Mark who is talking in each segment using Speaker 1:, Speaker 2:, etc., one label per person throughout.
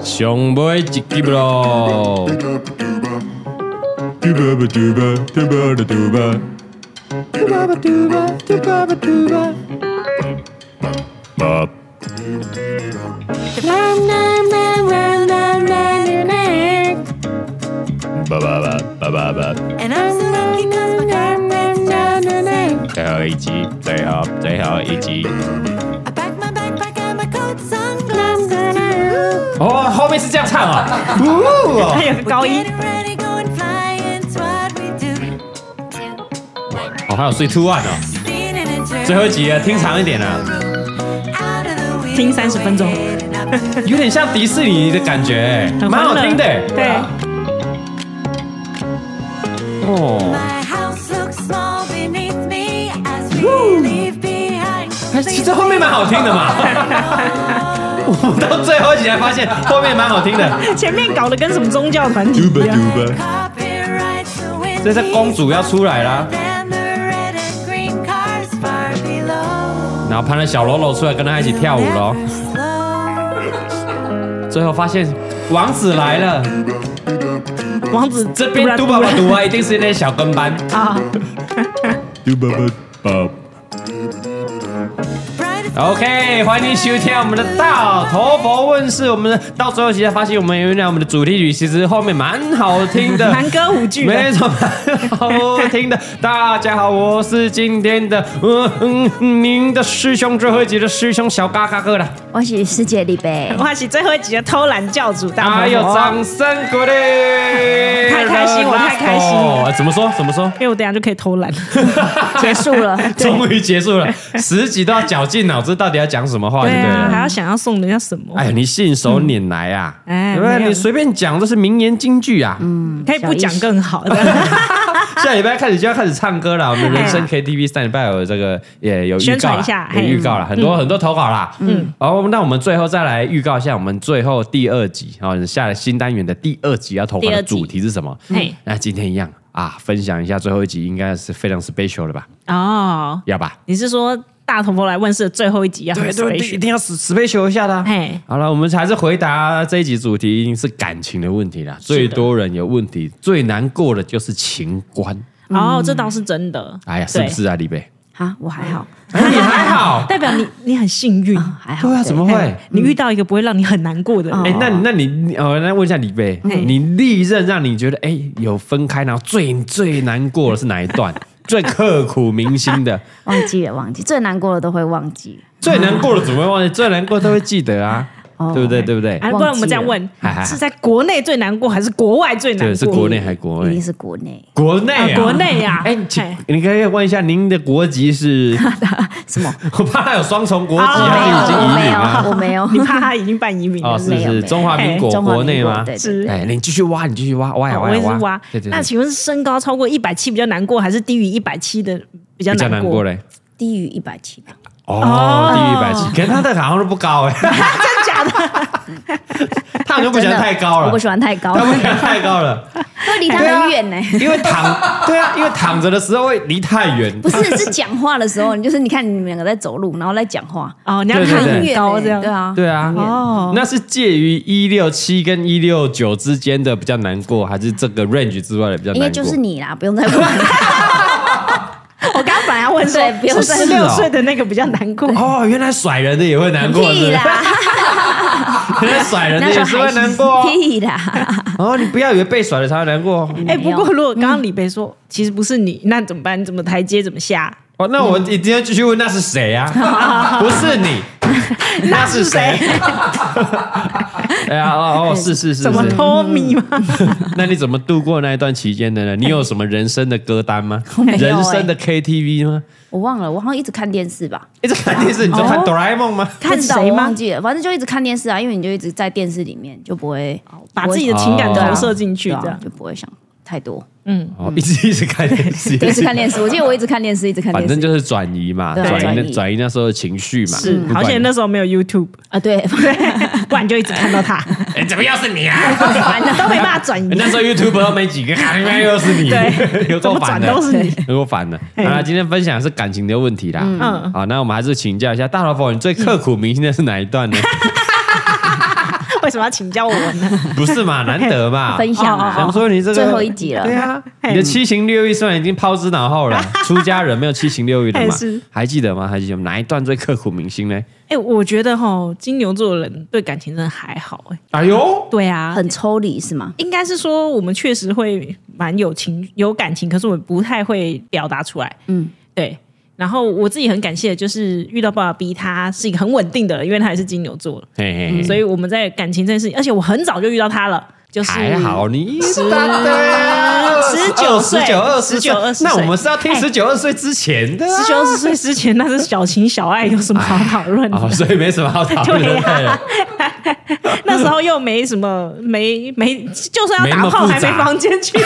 Speaker 1: 上尾一集咯。爸爸爸爸爸爸，最后一集，最后最后一集。哦，后面是这样唱啊！
Speaker 2: 还有个高音，
Speaker 1: 哦，还有 Three Two One 哦，最后一集啊，听长一点啊，
Speaker 2: 听30分钟
Speaker 1: 有点像迪士尼的感觉，
Speaker 2: 很
Speaker 1: 蛮
Speaker 2: 欢乐
Speaker 1: 好听的。
Speaker 2: 对，
Speaker 1: 哦， 还是这后面蛮好听的嘛。我到最后一集才发现后面蛮好听的。
Speaker 2: 前面搞得跟什么宗教团体
Speaker 1: 嘟吧
Speaker 2: 一样，
Speaker 1: 嘟吧，这是公主要出来啦， 然后攀了小喽啰出来跟她一起跳舞喽。最后发现王子来了，
Speaker 2: 王子
Speaker 1: 这边嘟
Speaker 2: 嘟
Speaker 1: 爸
Speaker 2: 吧
Speaker 1: 爸嘟啊，一定是那些小跟班。
Speaker 2: 啊，
Speaker 1: 嘟爸爸爸。OK，欢迎收听我们的大头佛问世。我们的到最后其实发现，我们原来我们的主题曲其实后面蛮好听的，
Speaker 2: 蛮歌舞剧的
Speaker 1: 没错，蛮好听的。大家好，我是今天的嗯嗯，您的师兄最后一集的师兄小嘎嘎哥了。
Speaker 3: 我是师姐李 贝，
Speaker 2: 花喜最后一集的偷懒教主大
Speaker 1: 哎呦，
Speaker 2: 婆婆，
Speaker 1: 掌声鼓励！
Speaker 2: 太开心我太开心了
Speaker 1: 哦怎么说？怎么 说？
Speaker 2: 因为我等一下就可以偷懒了，
Speaker 1: 啊
Speaker 3: 结束 了。
Speaker 1: 终于结束了，十集都要绞尽脑汁，到底要讲什么话就
Speaker 2: 对
Speaker 1: 对
Speaker 2: 啊，还
Speaker 1: 了。
Speaker 2: 要想要送人家什么，
Speaker 1: 哎，你信手拈来啊！
Speaker 2: 哎
Speaker 1: 对不对
Speaker 2: 没有
Speaker 1: 你随便讲都是名言金句啊！
Speaker 2: 可以不讲更好的，
Speaker 1: 下礼拜开始就要开始唱歌了，我们人生 KTV 上礼拜有这个也有预
Speaker 2: 哎宣
Speaker 1: 告
Speaker 2: 传
Speaker 1: 了
Speaker 2: 一下，
Speaker 1: 有
Speaker 2: 嘿嗯
Speaker 1: 预告了，很多很多投稿啦。嗯，好，那我们最后再来预告一下，我们最后第二集啊，哦下了新单元的第二集要投稿
Speaker 2: 第
Speaker 1: 的
Speaker 2: 二集
Speaker 1: 主题是什么？哎
Speaker 2: 嘿，
Speaker 1: 那今天一样啊，分享一下最后一集，应该是非常 special 的吧？
Speaker 2: 哦，
Speaker 1: 要吧？
Speaker 2: 你是说大头佛来问世的最后一集要很
Speaker 1: 对对，对
Speaker 2: special？
Speaker 1: 一定要 special 一下的啊、
Speaker 2: 嘿
Speaker 1: 好了，我们还是回答这一集主题，一定是感情的问题啦。最多人有问题，最难过的就是情关。
Speaker 2: 哦，这倒是真的。
Speaker 1: 嗯哎呀，是不
Speaker 2: 对？
Speaker 1: 是啊，李贝？
Speaker 3: 啊，我还好，
Speaker 1: 哎你还好
Speaker 2: 代表你你很幸运，
Speaker 3: 还好。
Speaker 1: 对啊，怎么会？
Speaker 2: 哎你遇到一个不会让你很难过的人
Speaker 1: 哎、那你那你呃，那问一下李贝，你历任让你觉得哎、有分开，然后最最难过的是哪一段？最刻骨铭心的，
Speaker 3: 忘记了，忘记最难过的都会忘记。
Speaker 1: 最难过的怎么会忘记？最难过都会记得啊，
Speaker 3: 哦
Speaker 1: 对不对？对不对？
Speaker 2: 啊，
Speaker 3: 忘
Speaker 2: 不然我们这样
Speaker 3: 记了
Speaker 2: 问
Speaker 1: 哎哎哎，
Speaker 2: 是在国内最难过还是国外最难
Speaker 1: 对，
Speaker 2: 过？
Speaker 1: 是国内还国
Speaker 3: 一
Speaker 1: 外
Speaker 3: 定？是国内
Speaker 1: 国内、啊
Speaker 2: 啊国内呀
Speaker 1: 哎、请
Speaker 2: 哎
Speaker 1: 你可以问一下您的国籍是？
Speaker 3: 什么？
Speaker 1: 我怕他有双重国籍，啊
Speaker 2: 哦
Speaker 1: 他是已经移民啊。
Speaker 3: 我没有，我 没
Speaker 2: 你
Speaker 3: 有。
Speaker 2: 怕他已经办移民
Speaker 1: 哦，
Speaker 2: 了？
Speaker 1: 是
Speaker 3: 没有没
Speaker 1: 是
Speaker 3: 有
Speaker 1: 中华民国
Speaker 3: 哎 中华
Speaker 1: 国内
Speaker 3: 民国
Speaker 1: 吗？
Speaker 3: 对
Speaker 2: 是
Speaker 1: 哎，你继续挖，你继续挖，挖呀
Speaker 2: 哦
Speaker 1: 挖
Speaker 2: 我也
Speaker 1: 呀
Speaker 2: 是挖
Speaker 1: 对对。
Speaker 2: 那
Speaker 1: 对，
Speaker 2: 请问是身高超过一百七比较难过，还是低于一百七的比较
Speaker 1: 比较
Speaker 2: 难
Speaker 1: 难
Speaker 2: 过
Speaker 1: 过？嘞。
Speaker 3: 低于一百七吧？
Speaker 1: 哦
Speaker 2: 哦，
Speaker 1: 低于一百七，可是他的好像都不高哎，
Speaker 2: 真假的？
Speaker 1: 他好像不喜欢太高
Speaker 3: 我
Speaker 1: 了
Speaker 3: 不，喜欢太高，
Speaker 1: 他不喜
Speaker 3: 会
Speaker 1: 欢啊太高了，
Speaker 3: 离 他很远呢。
Speaker 1: 因为躺，对啊，因为躺着的时候会离太远
Speaker 3: 不。是，是讲话的时候，你 就是你看你们两个在走路，然后在讲话，
Speaker 2: 哦，你要
Speaker 1: 对对
Speaker 2: 看
Speaker 1: 对
Speaker 3: 很
Speaker 2: 很
Speaker 3: 远
Speaker 2: 高
Speaker 3: 呢
Speaker 2: 这样
Speaker 3: 对啊，
Speaker 1: 对啊，
Speaker 2: 哦
Speaker 1: 那是介于一六七跟一六九之间的比较难过，还是这个 range 之外的比较
Speaker 3: 应
Speaker 1: 难过？
Speaker 3: 该就是你啦，不用 再问。
Speaker 2: 我刚刚本来要问说
Speaker 3: 对不，用
Speaker 2: 三
Speaker 1: 是
Speaker 2: 十六
Speaker 1: 哦
Speaker 2: 岁的那个比较难过。
Speaker 1: 哦，原来甩人的也会难过，是不
Speaker 3: 屁
Speaker 1: 是？
Speaker 3: 啦，
Speaker 1: 原来甩人的
Speaker 3: 那时
Speaker 1: 也
Speaker 3: 候
Speaker 1: 是
Speaker 3: 还
Speaker 1: 会难过哦。
Speaker 3: 屁啦，
Speaker 1: 哦，你不要以为被甩了才会难过哦。
Speaker 2: 哎，
Speaker 3: 没
Speaker 2: 不
Speaker 3: 有
Speaker 2: 过如果刚刚李贝说其实不是你，那怎么办？你怎么台阶怎么下？
Speaker 1: 哦，那我一定要继续问，那是谁啊？不是你，那是谁？ 哎呀，哦哦，是是是嗯
Speaker 2: 怎么
Speaker 1: 是。
Speaker 2: 偷米吗？
Speaker 1: 那你怎么度过那一段期间的呢？你有什么人生的歌单吗？
Speaker 3: 没有哎
Speaker 1: 人生的 KTV 吗？
Speaker 3: 我忘了，我好像一直看电视吧，
Speaker 1: 一直看电视，你在看哆啦 A 梦吗？
Speaker 2: 看
Speaker 3: 不知道
Speaker 2: 谁
Speaker 3: 我
Speaker 2: 吗
Speaker 3: 忘记了，反正就一直看电视啊，因为你就一直在电视里面，就不会
Speaker 2: 把自己的情感
Speaker 1: 哦
Speaker 2: 投射进去，
Speaker 3: 对
Speaker 2: 这
Speaker 3: 啊
Speaker 2: 样，
Speaker 3: 就不会想太多，
Speaker 1: 哦，一直一直看电视，
Speaker 3: 对一直看电视。我记得我一直看电视，一直看
Speaker 1: 反
Speaker 3: 电视
Speaker 1: 正就是转移嘛，
Speaker 3: 对
Speaker 1: 转移
Speaker 3: 转
Speaker 1: 那
Speaker 3: 移
Speaker 1: 转移那时候的情绪嘛。
Speaker 2: 是
Speaker 1: 不管
Speaker 2: 好险那时候没有 YouTube，
Speaker 3: 啊，对，
Speaker 2: 不然就一直看到他，
Speaker 1: 哎，怎么又是你啊？
Speaker 3: 烦的
Speaker 2: 都没办法转移。
Speaker 1: 那时候 YouTube 都没几个，应该又是你，
Speaker 2: 对
Speaker 1: 有
Speaker 2: 怎
Speaker 1: 够
Speaker 2: 么
Speaker 1: 烦
Speaker 2: 转
Speaker 1: 的，
Speaker 2: 都是你。
Speaker 1: 有够烦的。好啦，今天分享的是感情的问题啦。嗯，
Speaker 2: 嗯
Speaker 1: 嗯好，那我们还是请教一下大老婆，你最刻骨铭心的是哪一段呢？
Speaker 2: 为什么要请教我呢？
Speaker 1: 不是嘛？难得 嘛，
Speaker 3: 分享啊，
Speaker 1: 想说你这个
Speaker 3: 最后一集了
Speaker 1: 对啊，你的七情六欲虽然已经抛之脑后 了，出家人没有七情六欲的
Speaker 2: 哎
Speaker 1: 嘛
Speaker 2: 是，
Speaker 1: 还记得吗？还记得哪一段最刻骨铭心呢？
Speaker 2: 哎、我觉得哈，金牛座的人对感情真的还好哎、
Speaker 1: 哎呦，
Speaker 2: 对啊，
Speaker 3: 很抽离是吗？
Speaker 2: 应该是说我们确实会蛮有情有感情，可是我不太会表达出来。
Speaker 3: 嗯
Speaker 2: 嗯，对。然后我自己很感谢，就是遇到爸爸逼他是一个很稳定的人，因为他也是金牛座，
Speaker 1: 嘿嘿嘿，
Speaker 2: 所以我们在感情这件事情，而且我很早就遇到他了，就是
Speaker 1: 还好你大概
Speaker 2: 19岁
Speaker 1: 十九二十
Speaker 2: 19 20岁
Speaker 1: 那我们是要听十九二岁之前的啊
Speaker 2: 十九二十岁之前那是小情小爱，有什么好讨论的？
Speaker 1: 哦，所以没什么好讨论的，
Speaker 2: 对啊
Speaker 1: 对 了哦
Speaker 2: 那时候又没什么，没没，就算要
Speaker 1: 没那么
Speaker 2: 打炮
Speaker 1: 复
Speaker 2: 还没
Speaker 1: 杂
Speaker 2: 房间 去，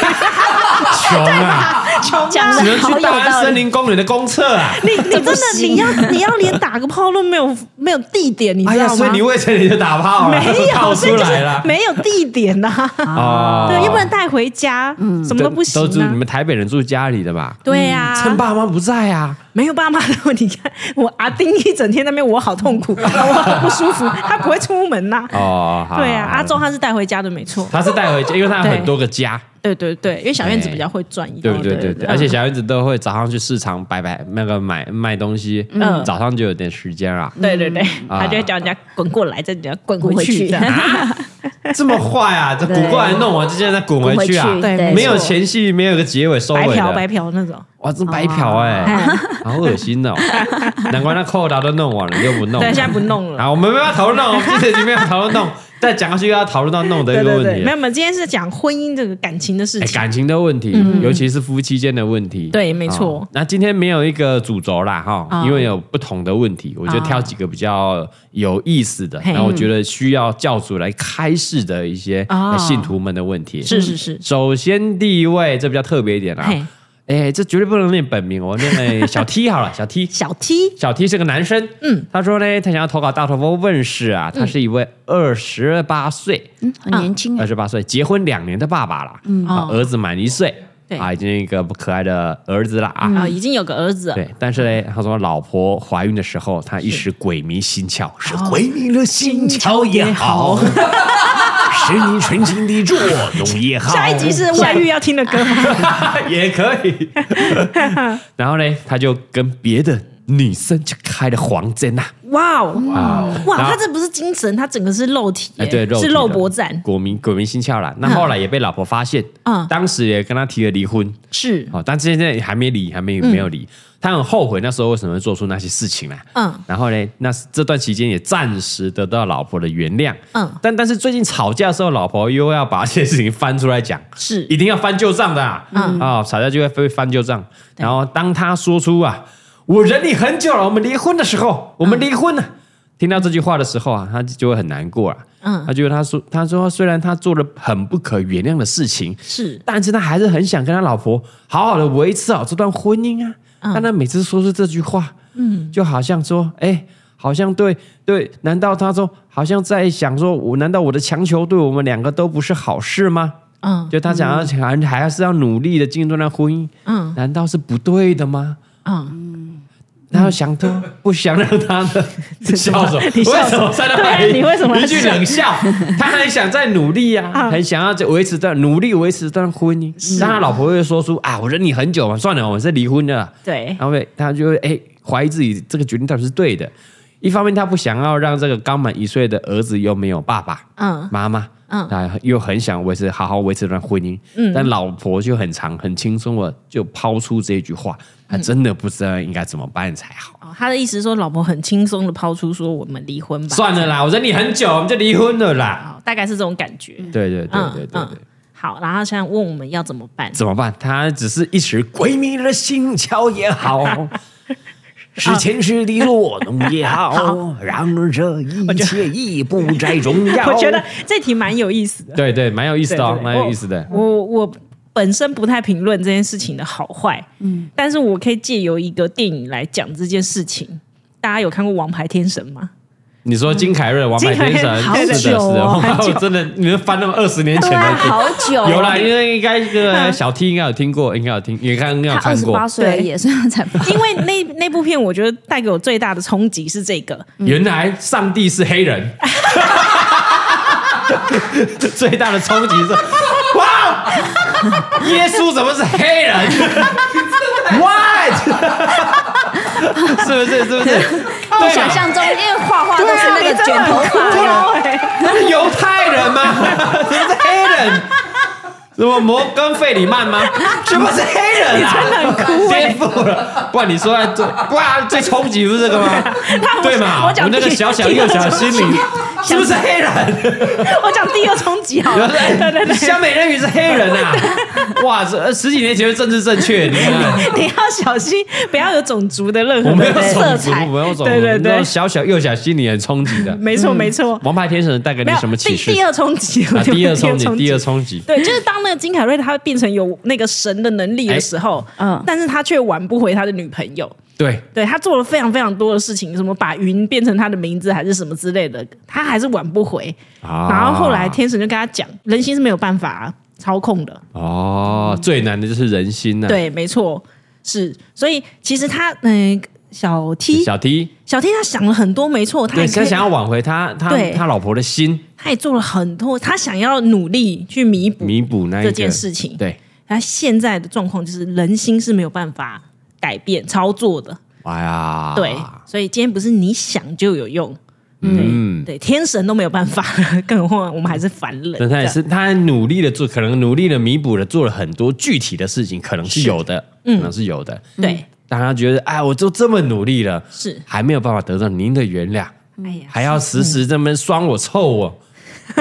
Speaker 1: 穷啊，
Speaker 2: 穷
Speaker 3: 讲
Speaker 2: 啊
Speaker 3: 得
Speaker 1: 只！能
Speaker 3: 好有
Speaker 1: 去大安
Speaker 3: 道
Speaker 1: 森
Speaker 3: 理。
Speaker 1: 林公园的公厕啊。
Speaker 2: 你你真
Speaker 3: 这不
Speaker 2: 的
Speaker 3: 行
Speaker 2: 你要你要连打个炮都没有没有地点， 你
Speaker 1: 哎
Speaker 2: 知
Speaker 1: 呀，
Speaker 2: 道
Speaker 1: 所
Speaker 2: 吗
Speaker 1: 以？你未成年就打炮了，
Speaker 2: 没有，
Speaker 1: 套
Speaker 2: 所以
Speaker 1: 出
Speaker 2: 就
Speaker 1: 来
Speaker 2: 是
Speaker 1: 了。
Speaker 2: 没有地点呐、
Speaker 1: 哦
Speaker 2: 对，又不能带回家，
Speaker 3: 嗯
Speaker 2: 什么都不行
Speaker 1: 都住你
Speaker 2: 啊。
Speaker 1: 们台北人住家里的吧？
Speaker 2: 对呀、
Speaker 1: 趁爸妈不在啊，
Speaker 2: 没有爸妈的问题。你看我阿丁一整天在那边，我好痛 苦，我好不舒服，他不会出门呐、
Speaker 1: 哦，好
Speaker 2: 对啊，
Speaker 1: 好
Speaker 2: 阿周他是带回家的，没错。
Speaker 1: 他是带回家，因为他有
Speaker 2: 对
Speaker 1: 很多个家，
Speaker 2: 对对对，因为小燕子比较会赚一
Speaker 1: 对
Speaker 2: 点，
Speaker 1: 哎不对？对
Speaker 2: 嗯
Speaker 1: 对，而且小燕子都会早上去市场摆摆那个买卖东西，
Speaker 2: 嗯，
Speaker 1: 早上就有点时间了
Speaker 2: 对对对，
Speaker 1: 啊
Speaker 2: 他就会叫人家滚过来，再叫人家滚回去
Speaker 3: 滚回去
Speaker 2: 这样。嗯
Speaker 1: 这么坏啊！这滚过来弄完，这现在滚回去啊
Speaker 3: 滚回去！
Speaker 2: 对
Speaker 1: 没有
Speaker 2: 没错
Speaker 1: 前戏，没有个结尾收
Speaker 2: 白
Speaker 1: 尾
Speaker 2: 嫖白
Speaker 1: 的，
Speaker 2: 嫖那种。
Speaker 1: 哇，这白嫖哎，好恶心 哦！难怪那扣打都弄完了，又不弄
Speaker 2: 对，。现在不弄了。
Speaker 1: 啊，我们没办法讨论 弄，我们这集没办法讨论弄，再讲下去又要讨论到弄的
Speaker 2: 对
Speaker 1: 一个
Speaker 2: 对
Speaker 1: 问
Speaker 2: 对，
Speaker 1: 题
Speaker 2: 没有，。我们今天是讲婚姻这个感情的事
Speaker 1: 哎
Speaker 2: 情。嗯
Speaker 1: 感情的问题，尤其是夫妻间的问题。
Speaker 2: 对没错
Speaker 1: 哦那今天没有一个主轴啦，哈，
Speaker 2: 哦
Speaker 1: 因为有不同的问题，我就挑几个比较有意思的，
Speaker 2: 嘿
Speaker 1: 然后我觉得需要教主来开示的一些
Speaker 2: 哦
Speaker 1: 呃信徒们的问题。
Speaker 2: 是是是，
Speaker 1: 首先第一位，这比较特别一点啦
Speaker 2: 嘿。
Speaker 1: 哎，这绝对不能念本名，我念哎小 T 好了，小 T。
Speaker 2: 小 T
Speaker 1: 小 T 是个男生，嗯，他说呢，他想要投稿大头佛问世啊，他是一位二十八岁，
Speaker 3: 嗯，很年轻
Speaker 1: 二
Speaker 3: 哎，
Speaker 1: 十八岁，结婚两年的爸爸啦，啊，
Speaker 2: 哦
Speaker 1: 儿子满一岁，
Speaker 2: 对
Speaker 1: 啊，已经有一个可爱的儿子啦啊。
Speaker 2: 啊，已经有个儿子了。
Speaker 1: 对，但是呢，他说老婆怀孕的时候，他一时鬼迷心窍，是鬼迷了心窍也好， 使你存心的作用也好。
Speaker 2: 下一集是外遇要听的歌吗？
Speaker 1: 也可 以。然后呢，他就跟别的女生就开了黄针呐、
Speaker 2: 哇哦，
Speaker 1: 啊，
Speaker 2: 哇，
Speaker 1: 然后
Speaker 2: 他这不是精神，他整个是肉体耶
Speaker 1: 哎，，对，肉体
Speaker 2: 是
Speaker 1: 的
Speaker 2: 肉搏战，
Speaker 1: 鬼迷鬼迷心窍啦。那后来也被老婆发现，
Speaker 2: 嗯
Speaker 1: 当时也跟他提了离婚，
Speaker 2: 是
Speaker 1: 哦，但现在还没离，还没没有离，他很后悔那时候为什么会做出那些事情啦。
Speaker 2: 嗯，
Speaker 1: 然后呢，那这段期间也暂时得到老婆的原谅。
Speaker 2: 嗯
Speaker 1: 但但是最近吵架的时候，老婆又要把这些事情翻出来讲，
Speaker 2: 是
Speaker 1: 一定要翻旧账的、啊。嗯，哦，吵架就会被翻旧账。然后当他说出啊，我忍你很久了，我们离婚的时候，我们离婚了。听到这句话的时候啊，他就会很难过啊。
Speaker 2: 嗯
Speaker 1: 他觉得他说，他说虽然他做了很不可原谅的事情，
Speaker 2: 是，
Speaker 1: 但是他还是很想跟他老婆好好的维持好这段婚姻啊。
Speaker 2: 嗯
Speaker 1: 但他每次说出这句话，嗯，就好像说，哎、好像对对，难道他说好像在想说，我难道我的强求对我们两个都不是好事吗？
Speaker 2: 嗯
Speaker 1: 就他想要还还是要努力的进入那段婚姻，
Speaker 2: 嗯
Speaker 1: 难道是不对的吗？
Speaker 2: 嗯，
Speaker 1: 然后想他不想让他的笑什么？
Speaker 2: 你笑
Speaker 1: 为什
Speaker 2: 什么
Speaker 1: 么在那
Speaker 2: 对啊
Speaker 1: 边？
Speaker 2: 你为什么要
Speaker 1: 一句冷笑？他很想再努力呀、啊，
Speaker 2: 啊
Speaker 1: 很想要再维持段努力维持这段婚姻。但他老婆会说出啊，我忍你很久嘛，算了，我们是离婚的啦。
Speaker 2: 对，
Speaker 1: 然后他就会哎怀疑自己这个决定到底是对的。一方面，他不想要让这个刚满一岁的儿子又没有爸爸，
Speaker 2: 嗯
Speaker 1: 妈妈，嗯
Speaker 2: 嗯，
Speaker 1: 啊，又很想维持好好维持这段婚姻，但老婆就很长很轻松的就抛出这句话，她
Speaker 2: 嗯
Speaker 1: 真的不知道应该怎么办才好。
Speaker 2: 哦，他的意思是说老婆很轻松的抛出说我们离婚吧，哦
Speaker 1: 算了啦，我忍你很久，我们就离婚了啦。
Speaker 2: 好，大概是这种感觉。
Speaker 1: 对对对
Speaker 2: 嗯
Speaker 1: 对对对，
Speaker 2: 嗯，好，然后现在问我们要怎么办？
Speaker 1: 怎么办？她只是一时鬼迷了心窍也 好。是前世的作弄也 好，然而这一切已不再重要。
Speaker 2: 我觉得这题蛮有意思的，
Speaker 1: 对对，蛮有意思的哦
Speaker 2: 对，对对
Speaker 1: 蛮有意思的。
Speaker 2: 我我本身不太评论这件事情的好坏，嗯，但是我可以借由一个电影来讲这件事情。大家有看过《王牌天神》吗？
Speaker 1: 你说金凯瑞《王牌天神》
Speaker 2: 金凯瑞
Speaker 1: 是的，是的，
Speaker 3: 好久哦
Speaker 1: 哇我真的，你们翻那么二十年前
Speaker 3: 对啊，
Speaker 1: 的剧。
Speaker 3: 好久哦
Speaker 1: 有啦，因为应该这个小 T 应该有听过，应该有听，也看应该有
Speaker 3: 他二
Speaker 1: 看
Speaker 3: 十
Speaker 1: 过
Speaker 3: 八。岁而已，所以他才八。
Speaker 2: 因为那 那部片，我觉得带给 我最大的冲击是这个，
Speaker 1: 原来上帝是黑人， 最大的冲击是，哇， 耶稣怎么是黑 人？What？是不是？是不是？
Speaker 3: 我
Speaker 1: 对啊
Speaker 3: 想
Speaker 1: 吧？
Speaker 3: 象中，因为画画都是那个卷头发
Speaker 1: 对啊
Speaker 3: 的，
Speaker 1: 他是犹太人吗？怎么是黑人？什么摩根费里曼吗？什么是黑人啊？
Speaker 2: 欸
Speaker 1: 颠覆了！不然你说在最，不然最冲击不是这个吗？对嘛？
Speaker 2: 我讲
Speaker 1: 们那个
Speaker 2: 第
Speaker 1: 小小
Speaker 2: 第
Speaker 1: 幼
Speaker 2: 二
Speaker 1: 小
Speaker 2: 冲
Speaker 1: 心
Speaker 2: 击
Speaker 1: 灵，是不是黑人？
Speaker 2: 我讲第二冲击好
Speaker 1: 有
Speaker 2: 了，
Speaker 1: 人说
Speaker 2: 对对
Speaker 1: 哎
Speaker 2: 对，
Speaker 1: 小美人鱼是黑人啊！哇，这十几年前就政治正确，你看，
Speaker 2: 你要小心，不要有种族的任
Speaker 1: 我
Speaker 2: 何
Speaker 1: 没有
Speaker 2: 的色
Speaker 1: 种族，
Speaker 2: 彩，
Speaker 1: 我没有种族，
Speaker 2: 对对
Speaker 1: 那种
Speaker 2: 对，
Speaker 1: 小小幼小心理很冲击的。
Speaker 2: 没错没错，
Speaker 1: 王牌天神带给
Speaker 2: 没
Speaker 1: 你
Speaker 2: 有
Speaker 1: 什么启
Speaker 2: 第
Speaker 1: 示
Speaker 2: 第？二冲击，我
Speaker 1: 啊，
Speaker 2: 觉得
Speaker 1: 第二冲击，第二冲击，
Speaker 2: 对，就是当那个金凯瑞他变成有那个神的能力的时候，
Speaker 3: 哎嗯
Speaker 2: 但是他却挽不回他的女朋友。
Speaker 1: 对，
Speaker 2: 对他做了非常非常多的事情，什么把云变成他的名字还是什么之类的，他还是挽不回。
Speaker 1: 啊
Speaker 2: 然后后来天神就跟他讲，人心是没有办法操控的。
Speaker 1: 哦，最难的就是人心呐。，
Speaker 2: 对，没错，是。所以其实他嗯、小 T
Speaker 1: 小 T，
Speaker 2: 小 T 他想了很多，没错，他
Speaker 1: 对，
Speaker 2: 也
Speaker 1: 他
Speaker 2: 可以
Speaker 1: 想要挽回他他
Speaker 2: 对
Speaker 1: 他老婆的心，
Speaker 2: 他也做了很多，他想要努力去弥补
Speaker 1: 弥补那一
Speaker 2: 这
Speaker 1: 个
Speaker 2: 件事情。
Speaker 1: 对，
Speaker 2: 他现在的状况就是人心是没有办法改变操作的，
Speaker 1: 哎呀，
Speaker 2: 对，所以今天不是你想就有用，
Speaker 1: 嗯，
Speaker 2: 对，天神都没有办法， 更何况我们还是凡人。
Speaker 1: 但他也是，他还努力的做，可能努力的弥补了，做了很多具体的事情，可能是有的，
Speaker 2: 嗯
Speaker 1: 可能是有的。
Speaker 2: 这样对，
Speaker 1: 但他觉得，哎，我都这么努力了，
Speaker 2: 是，
Speaker 1: 还没有办法得到您的原谅，
Speaker 2: 哎呀，
Speaker 1: 还要时时这么酸我、臭 我，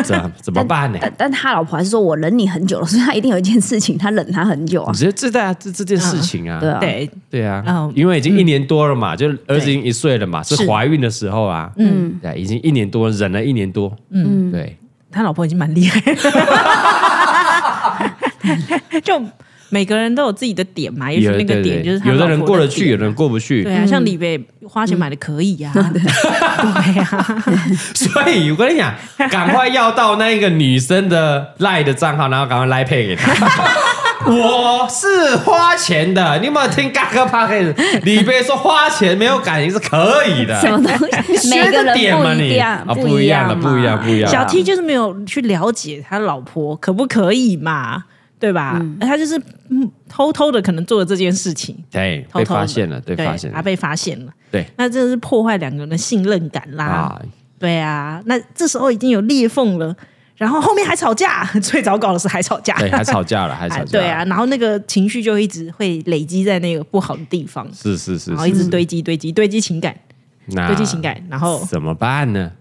Speaker 1: 怎怎么办呢？
Speaker 3: 但 但他老婆还是说我忍你很久了，所以他一定有一件事情他忍他很久啊
Speaker 1: 我。觉得这大这这件事情啊，
Speaker 3: 对啊，
Speaker 2: 对，
Speaker 1: 对啊
Speaker 2: 嗯，
Speaker 1: 因为已经一年多了嘛，就儿子已经一岁了嘛，是
Speaker 2: 是
Speaker 1: 怀孕的时候啊，嗯，对，已经一年多，忍了一年多，嗯，对，
Speaker 2: 他老婆已经蛮厉害 了，就每个人都有自己的点嘛，也许那个
Speaker 1: 对对
Speaker 2: 点哎就是他
Speaker 1: 有
Speaker 2: 老
Speaker 1: 的
Speaker 2: 婆
Speaker 1: 人过得去，
Speaker 2: 点
Speaker 1: 有的人过不去
Speaker 2: 对，啊，像李贝花钱买的可以 呀，对啊呀，
Speaker 1: 所以我跟 你讲，赶快要到那个女生的赖的账号，然后赶快赖配给 她。我是花钱的，你有没有听嘎哥帕克？李贝说花钱没有感情是可以的，
Speaker 3: 什么东 西？每个
Speaker 1: 缺
Speaker 3: 人
Speaker 1: 个点嘛
Speaker 3: 不
Speaker 1: 你
Speaker 3: 一样
Speaker 1: 啊，不一样了，不一样，不一样。
Speaker 2: 小 T 就是没有去了解他老婆可不可以嘛，对吧？他就是嗯偷偷的可能做了这件事情，
Speaker 1: 对，
Speaker 2: 偷
Speaker 1: 哎被
Speaker 2: 偷的
Speaker 1: 发现了，对，
Speaker 2: 对
Speaker 1: 发现
Speaker 2: 他
Speaker 1: 了，
Speaker 2: 被发现了，
Speaker 1: 对
Speaker 2: 那这是破坏两个人的信任感啦，
Speaker 1: 啊，
Speaker 2: 对啊，那这时候已经有裂缝了，然后后面还吵架， 最糟糕的是还吵架，
Speaker 1: 对，还 吵架了，还吵
Speaker 2: 哎
Speaker 1: 架，
Speaker 2: 对啊，，然后那个情绪就一直会累积在那个不好的地方，
Speaker 1: 是是是
Speaker 2: 然后一
Speaker 1: 是，啊
Speaker 2: 直堆积堆积堆积情感，
Speaker 1: 那
Speaker 2: 堆积情感，然后
Speaker 1: 怎么办呢？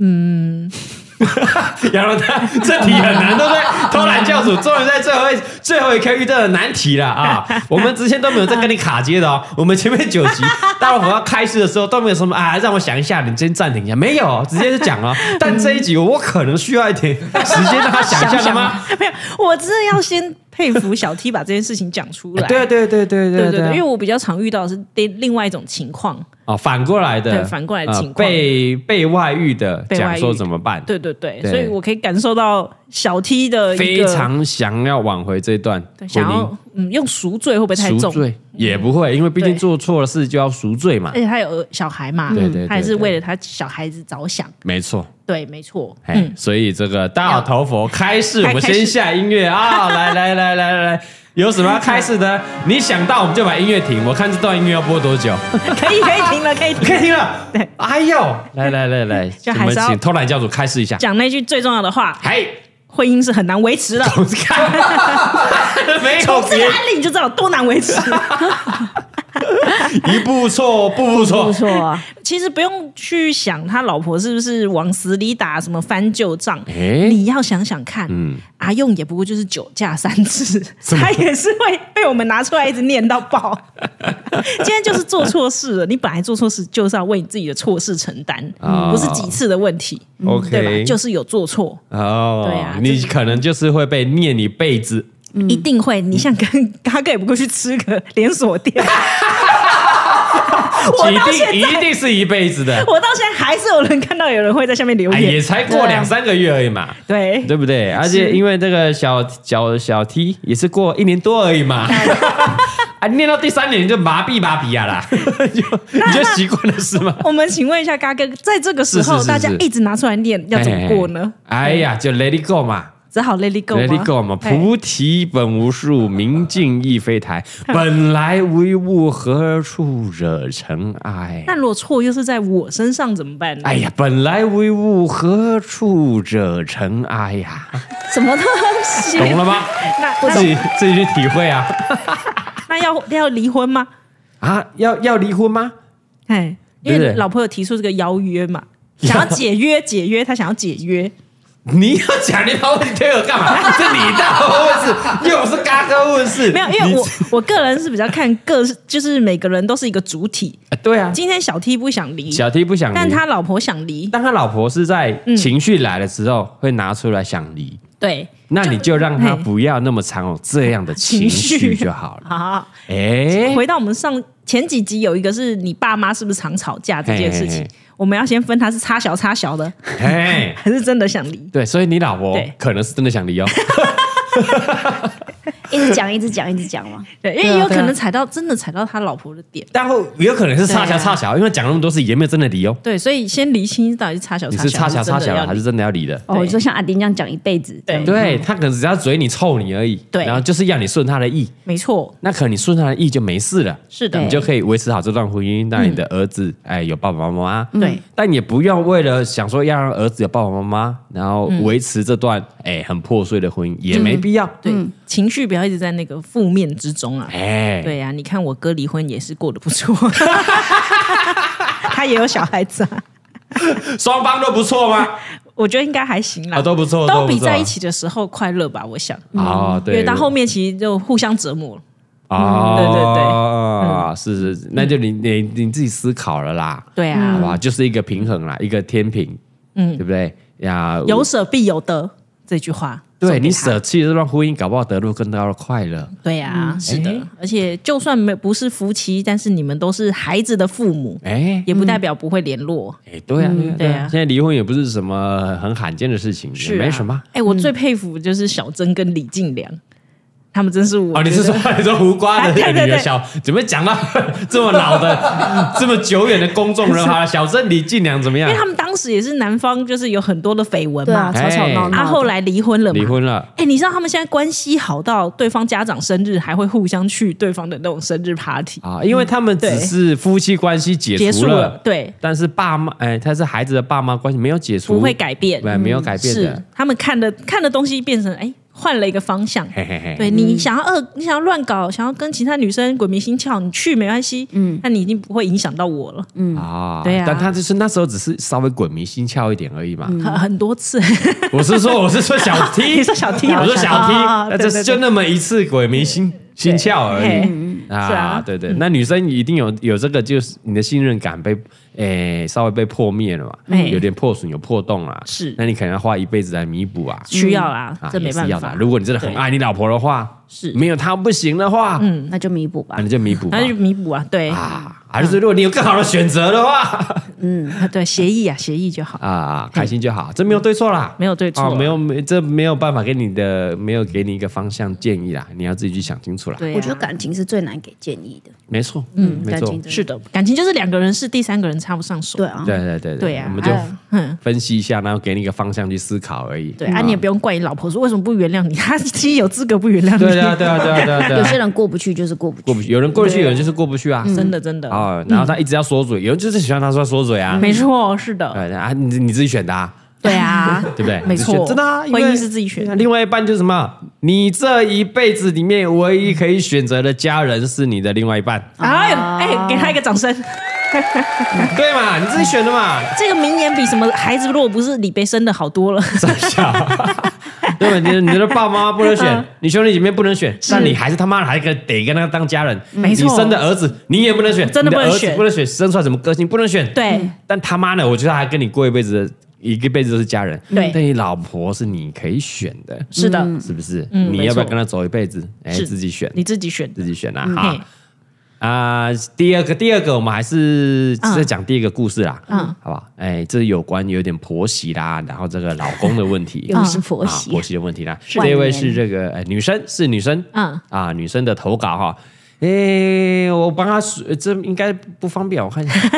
Speaker 1: 嗯， 杨龙他这题很难，对 不对？偷懒教主终于在最后一最后一刻遇到了难题了啊！ 我们之前都没有在跟你卡接的哦，我们前面九集大老虎要开始的时候都没有什么啊，让我想一下，你先暂停一下，没有，直接就讲 哦。
Speaker 2: 嗯
Speaker 1: 但这一集我可能需要一点时间让他想一下的吗？
Speaker 2: 没有，我真的要先佩服小 T 把这件事情讲出 来。
Speaker 1: 对对对对
Speaker 2: 对
Speaker 1: 对啊
Speaker 2: 对对，因为
Speaker 1: 对，
Speaker 2: 我比较常遇到的是另另外一种情况。
Speaker 1: 哦，反过来的，
Speaker 2: 对反过来的
Speaker 1: 啊
Speaker 2: 情况
Speaker 1: 被被外遇的
Speaker 2: 被外
Speaker 1: 讲
Speaker 2: 遇
Speaker 1: 说怎么办？
Speaker 2: 对对对，
Speaker 1: 对
Speaker 2: 所以我可以感受到小 T 的一
Speaker 1: 非
Speaker 2: 个
Speaker 1: 常想要挽回这段婚
Speaker 2: 对想
Speaker 1: 姻
Speaker 2: 要。嗯用赎罪会不会太
Speaker 1: 赎
Speaker 2: 重？嗯
Speaker 1: 罪也不会，因为毕竟
Speaker 2: 对
Speaker 1: 做错了事就要赎罪嘛
Speaker 2: 而。且他有小孩嘛，
Speaker 1: 对对对
Speaker 2: 他也是
Speaker 1: 对
Speaker 2: 为了他小孩子着想。
Speaker 1: 没错，
Speaker 2: 对，没错。
Speaker 1: 哎、所以这个大老头佛开示，
Speaker 2: 嗯开
Speaker 1: 我们
Speaker 2: 开
Speaker 1: 先
Speaker 2: 示
Speaker 1: 下音乐 啊！来来来来来来，有什么要开示的？你想到我们就把音乐停，我看这段音乐要播多 久，
Speaker 2: 可以可以停了，可以停
Speaker 1: 可以
Speaker 2: 了。
Speaker 1: 停了。
Speaker 2: 对，
Speaker 1: 哎呦，来来来来，
Speaker 2: 就
Speaker 1: 我
Speaker 2: 还
Speaker 1: 们
Speaker 2: 是要
Speaker 1: 请偷懒教主开示一下。
Speaker 2: 讲那句最重要的话，
Speaker 1: 嗨，
Speaker 2: 婚姻是很难 维持的。哎
Speaker 1: 我看 没有
Speaker 2: 从这
Speaker 1: 别
Speaker 2: 个案例你就知道有多难 维持。
Speaker 1: 一步错，步步错
Speaker 3: 不，错啊，
Speaker 2: 其实不用去想他老婆是不是往死里打什么翻旧账，
Speaker 1: 哎嗯
Speaker 2: 你要想想看，阿用也不过就是酒驾三次，他也是会被我们拿出来一直念 到爆。今天就是做错事了，你本来做错事就是要为你自己的错事承担，
Speaker 1: 啊
Speaker 2: 不是几次的问题，
Speaker 1: OK
Speaker 2: 嗯对吧？就是有做错，
Speaker 1: 哦，
Speaker 2: 对啊
Speaker 1: 你
Speaker 2: 这
Speaker 1: 可能就是会被念一辈子。
Speaker 2: 一定会。你像
Speaker 1: 嗯
Speaker 2: 跟嘎哥也不过去吃个连 锁店， 我到
Speaker 1: 一
Speaker 2: 现
Speaker 1: 定一定是一辈子的，
Speaker 2: 我到现在还是有人看到有人会在下面留
Speaker 1: 哎，也
Speaker 2: 言，
Speaker 1: 才过两三个月而已嘛，
Speaker 2: 对啊
Speaker 1: 对不
Speaker 2: 哎
Speaker 1: 对？而且因为这个小小小 T 也是过一年多而已嘛， 啊，念到第三年你就麻痹麻痹啊 啦，你就你就习惯了是吗？
Speaker 2: 我们请问一下嘎哥，在这个时候
Speaker 1: 哎是是是是
Speaker 2: 大家一直拿出来念，要怎么过呢？
Speaker 1: 哎呀，就 Let it go 嘛。
Speaker 2: 只好 let it go 吗
Speaker 1: Let it go 嘛，
Speaker 2: 哎
Speaker 1: 菩提本无树，明镜亦非台，本来无一物，何处惹尘埃？
Speaker 2: 那如果错又是在我身上怎么办呢？
Speaker 1: 哎呀，本来无一物，何处惹尘埃呀？
Speaker 3: 什么东西？
Speaker 1: 懂了吗？
Speaker 2: 那
Speaker 1: 自
Speaker 2: 那
Speaker 1: 己自己去体会啊！
Speaker 2: 那要要离婚吗？
Speaker 1: 啊，要要离婚吗？
Speaker 2: 哎，
Speaker 1: 对
Speaker 2: 因
Speaker 1: 不对
Speaker 2: 为老婆有提出这个邀约 嘛，想要解约，解约，他想要解约。
Speaker 1: 你要讲你把问题推我干嘛？是你的问事，又不是嘎哥问事。
Speaker 2: 没有，因
Speaker 1: 你
Speaker 2: 为我我个人是比较看个，就是每个人都是一个主体。
Speaker 1: 啊对啊，
Speaker 2: 今天小 T 不想离，
Speaker 1: 小 T 不想离，
Speaker 2: 但他嗯老婆想离，
Speaker 1: 但他老婆是在情绪来的时候会拿出来想离，
Speaker 2: 对，
Speaker 1: 那你就让他
Speaker 2: 嘿
Speaker 1: 不要那么常有这样的情绪就好 了。
Speaker 2: 好，
Speaker 1: 哎，
Speaker 2: 回到我们上前几集有一个是你爸妈是不是常吵架这件事
Speaker 1: 嘿
Speaker 2: 情，
Speaker 1: 嘿嘿
Speaker 2: 我们要先分他是插小插小的，
Speaker 1: 哎，
Speaker 2: 还是真的想离。
Speaker 1: 对，所以你老婆
Speaker 2: 对
Speaker 1: 可能是真的想离哦。
Speaker 3: 一直讲，一直讲，一直讲嘛。
Speaker 2: 对，因
Speaker 1: 对
Speaker 2: 为
Speaker 1: 啊
Speaker 2: 也有可
Speaker 1: 对啊
Speaker 2: 能踩到真的踩到他老婆的点。
Speaker 1: 但后也有可能是差
Speaker 2: 对
Speaker 1: 小
Speaker 2: 啊
Speaker 1: 差小，因为讲那么多次也没有真的离哦。
Speaker 2: 对，所以先厘清到底是插小
Speaker 1: 你
Speaker 2: 插
Speaker 1: 是差小差
Speaker 2: 小还是真
Speaker 1: 小
Speaker 2: 的要
Speaker 1: 还
Speaker 2: 离
Speaker 1: 是真的要离的？
Speaker 3: 哦，你说像阿丁这样讲一辈子，
Speaker 2: 对
Speaker 1: 对他可能只要嘴你臭你而已，
Speaker 2: 对
Speaker 1: 然后就是要你顺他的意，
Speaker 2: 没错，
Speaker 1: 那可能你顺他的意就没事了，
Speaker 2: 是的嗯
Speaker 1: 你就可以维持好这段婚姻，让你的儿子哎有爸爸妈妈，
Speaker 3: 嗯
Speaker 2: 对，
Speaker 1: 但也不用为了想说要让儿子有爸爸妈妈，
Speaker 2: 嗯
Speaker 1: 然后维持这段哎很破碎的婚姻也没必要，
Speaker 2: 嗯对，情绪不要一直在那个负面之中啊。
Speaker 1: 哎，
Speaker 2: 对呀、啊，你看我哥离婚也是过得 不错，他也有小孩子啊，
Speaker 1: 双方都不错吗？
Speaker 2: 我觉得应该还行啦，
Speaker 1: 啊，都不错，
Speaker 2: 都比
Speaker 1: 不错
Speaker 2: 在一起的时候快乐吧，我想。
Speaker 1: 哦，
Speaker 2: 因
Speaker 1: 对，
Speaker 2: 为到后面其实就互相折磨了，
Speaker 1: 啊，
Speaker 2: 对对嗯对
Speaker 1: 啊，是是是，那就你你你自己思考了啦，
Speaker 2: 对啊
Speaker 1: 好不好？就是一个平衡啦，一个天平，嗯，对不对？呀，
Speaker 2: 嗯有舍必有得这句话，
Speaker 1: 对
Speaker 2: 送给
Speaker 1: 你
Speaker 2: 他
Speaker 1: 舍弃这段婚姻，搞不好得到更大的快乐。
Speaker 2: 对啊，是的
Speaker 1: 嗯诶，
Speaker 2: 而且就算没不是夫妻，但是你们都是孩子的父母，
Speaker 1: 哎
Speaker 2: 也不代表不会联络，
Speaker 1: 哎，对啊，对啊
Speaker 2: 嗯对啊
Speaker 1: 现在离婚也不是什么很罕见的事情，也
Speaker 2: 啊
Speaker 1: 没什么。。嗯
Speaker 2: 哎，我最佩服就是小珍跟李静良，他们真是我
Speaker 1: 哦，你
Speaker 2: 觉
Speaker 1: 是
Speaker 2: 得
Speaker 1: 说你说胡瓜的
Speaker 2: 啊对对对
Speaker 1: 女儿小，怎么讲到啊 这么老的、 这么久远的公众人物啊？小郑李静良怎么样
Speaker 2: 因为？他们当时也是男方，就是有很多的绯闻
Speaker 3: 对
Speaker 2: 嘛
Speaker 3: 啊，，吵吵闹闹的。
Speaker 2: 啊，后来离婚了
Speaker 1: 嗯
Speaker 2: 嘛，
Speaker 1: 离婚了，
Speaker 2: 哎、你知道他们现在关系好到对方家长生日还会互相去对方的那种生日 party，、
Speaker 1: 啊，因为他们只
Speaker 2: 对
Speaker 1: 是夫妻关系解
Speaker 2: 结
Speaker 1: 除
Speaker 2: 束
Speaker 1: 了，
Speaker 2: 对，
Speaker 1: 但是爸妈，哎、他是孩子的爸妈关系没有解除，
Speaker 2: 不会改变，嗯
Speaker 1: 对，没有改变
Speaker 2: 是
Speaker 1: 的。
Speaker 2: 他们看的看的东西变成哎、换了一个方向。
Speaker 1: 嘿嘿嘿，
Speaker 2: 对
Speaker 3: 嗯
Speaker 2: 你想要恶，你想要乱搞，想要跟其他女生鬼迷心窍，你去没关系，嗯，那你已经不会影响到我了，嗯，
Speaker 1: 啊，
Speaker 2: 对啊
Speaker 1: 但他就是那时候只是稍微滚迷心窍一点而已嘛。
Speaker 2: 很很多次，
Speaker 1: 我是说，我是说小 T，
Speaker 2: 你说小 T 啊
Speaker 1: 我说小
Speaker 2: 小
Speaker 1: T，
Speaker 2: T 啊
Speaker 1: 那
Speaker 2: 对
Speaker 1: 这
Speaker 2: 对对
Speaker 1: 就那么一次鬼迷心心窍而
Speaker 2: 嘿
Speaker 1: 已
Speaker 2: 是啊
Speaker 1: 对对，那女生一定有有这个，就是你的信任感被诶稍微被破灭了嘛
Speaker 2: 哎，
Speaker 1: 有点破损，有破洞啦。
Speaker 2: 是
Speaker 1: 那你可能要花一辈子来弥补啊。
Speaker 2: 需要啦，
Speaker 1: 啊
Speaker 2: 这没
Speaker 1: 也是
Speaker 2: 办
Speaker 1: 要的
Speaker 2: 法
Speaker 1: 啊。如果你真的很爱你老婆的话，
Speaker 2: 是
Speaker 1: 没有她不行的话，嗯，
Speaker 3: 那就弥补吧
Speaker 1: 那。你就弥补吧
Speaker 2: 那就弥补啊，对
Speaker 1: 啊。还是如果你有更好的选择的话，
Speaker 2: 对，协议啊，协议就好，
Speaker 1: 啊，开心就好，这没有对错啦，
Speaker 2: 没有对错
Speaker 1: 啊没有没这没有办法给你的，没有给你一个方向建议啦，你要自己去想清楚啦。
Speaker 2: 对啊、
Speaker 3: 我觉得感情是最难给建议的。
Speaker 1: 没错，嗯，没
Speaker 3: 感
Speaker 1: 错
Speaker 3: 情，真
Speaker 2: 是的，感情就是两个人是第三个人插不上手，
Speaker 3: 对啊，
Speaker 1: 对对对
Speaker 2: 对啊
Speaker 1: 我们就
Speaker 3: 哎
Speaker 2: 嗯
Speaker 1: 分析一下，然后给你一个方向去思考而已。
Speaker 2: 对啊，你也不用怪你老婆说为什么不原谅你，她其实有资格不原谅你。
Speaker 1: 对啊，对啊，对啊，对啊，对
Speaker 3: 有些
Speaker 1: 啊，
Speaker 3: 人过不去就是过不
Speaker 1: 过
Speaker 3: 去。
Speaker 1: 不去，有人过得去，有人就是过不去啊，
Speaker 2: 嗯真的真的，嗯
Speaker 1: 啊，然后他一直要说嘴，有人就是喜欢他说说嘴啊，
Speaker 2: 没错，是的，
Speaker 1: 对啊，你你自己选的啊。
Speaker 2: 对啊，
Speaker 1: 对不对？
Speaker 2: 没错，
Speaker 1: 真的啊，因
Speaker 2: 婚
Speaker 1: 为
Speaker 2: 姻是自己选的，
Speaker 1: 另外一半就是什么？你这一辈子里面唯一可以选择的家人是你的另外一 半，
Speaker 2: 哎呦，哎，给他一个掌声。
Speaker 1: 对嘛？你自己选的 嘛，
Speaker 2: 这个名言比什么孩子如果不是李贝生的好 多了，
Speaker 1: 傻笑。对吧？你的你的爸爸妈妈不能
Speaker 2: 嗯
Speaker 1: 选，你兄弟姐妹不能选，但你还是他妈的还跟得跟他当家人。
Speaker 2: 没错
Speaker 1: 你生的儿子你也不能选，
Speaker 2: 真的
Speaker 1: 你
Speaker 2: 不能
Speaker 1: 儿子
Speaker 2: 选
Speaker 1: 不能选，生出来什么个性不能选。
Speaker 2: 对，
Speaker 1: 但他妈的，我觉得他还跟你过一辈子的，一个辈子都是家人。
Speaker 2: 对
Speaker 1: 但你老婆是你可以选的，
Speaker 2: 是的，
Speaker 1: 是不是？
Speaker 2: 嗯
Speaker 1: 你要不
Speaker 2: 没
Speaker 1: 要
Speaker 2: 错
Speaker 1: 跟他走一辈子？哎，
Speaker 2: 是
Speaker 1: 自己选。
Speaker 2: 你自己选的
Speaker 1: 自。己选啦、
Speaker 2: 嗯嘿
Speaker 1: 哈。啊、第二个，第二个，我们还是
Speaker 2: 嗯
Speaker 1: 再讲第一个故事啦，
Speaker 2: 嗯
Speaker 1: 嗯，好不好？哎，这有关有点婆媳啦，然后这个老公的问 题，
Speaker 3: 又是婆媳
Speaker 1: 啊啊、婆媳的问题啦。
Speaker 3: 万
Speaker 1: 这位
Speaker 3: 年
Speaker 1: 是这个、哎、女生，是女生，
Speaker 2: 嗯
Speaker 1: 啊，女生的投稿哈，诶、我帮他数，这应该不方便，我看一下。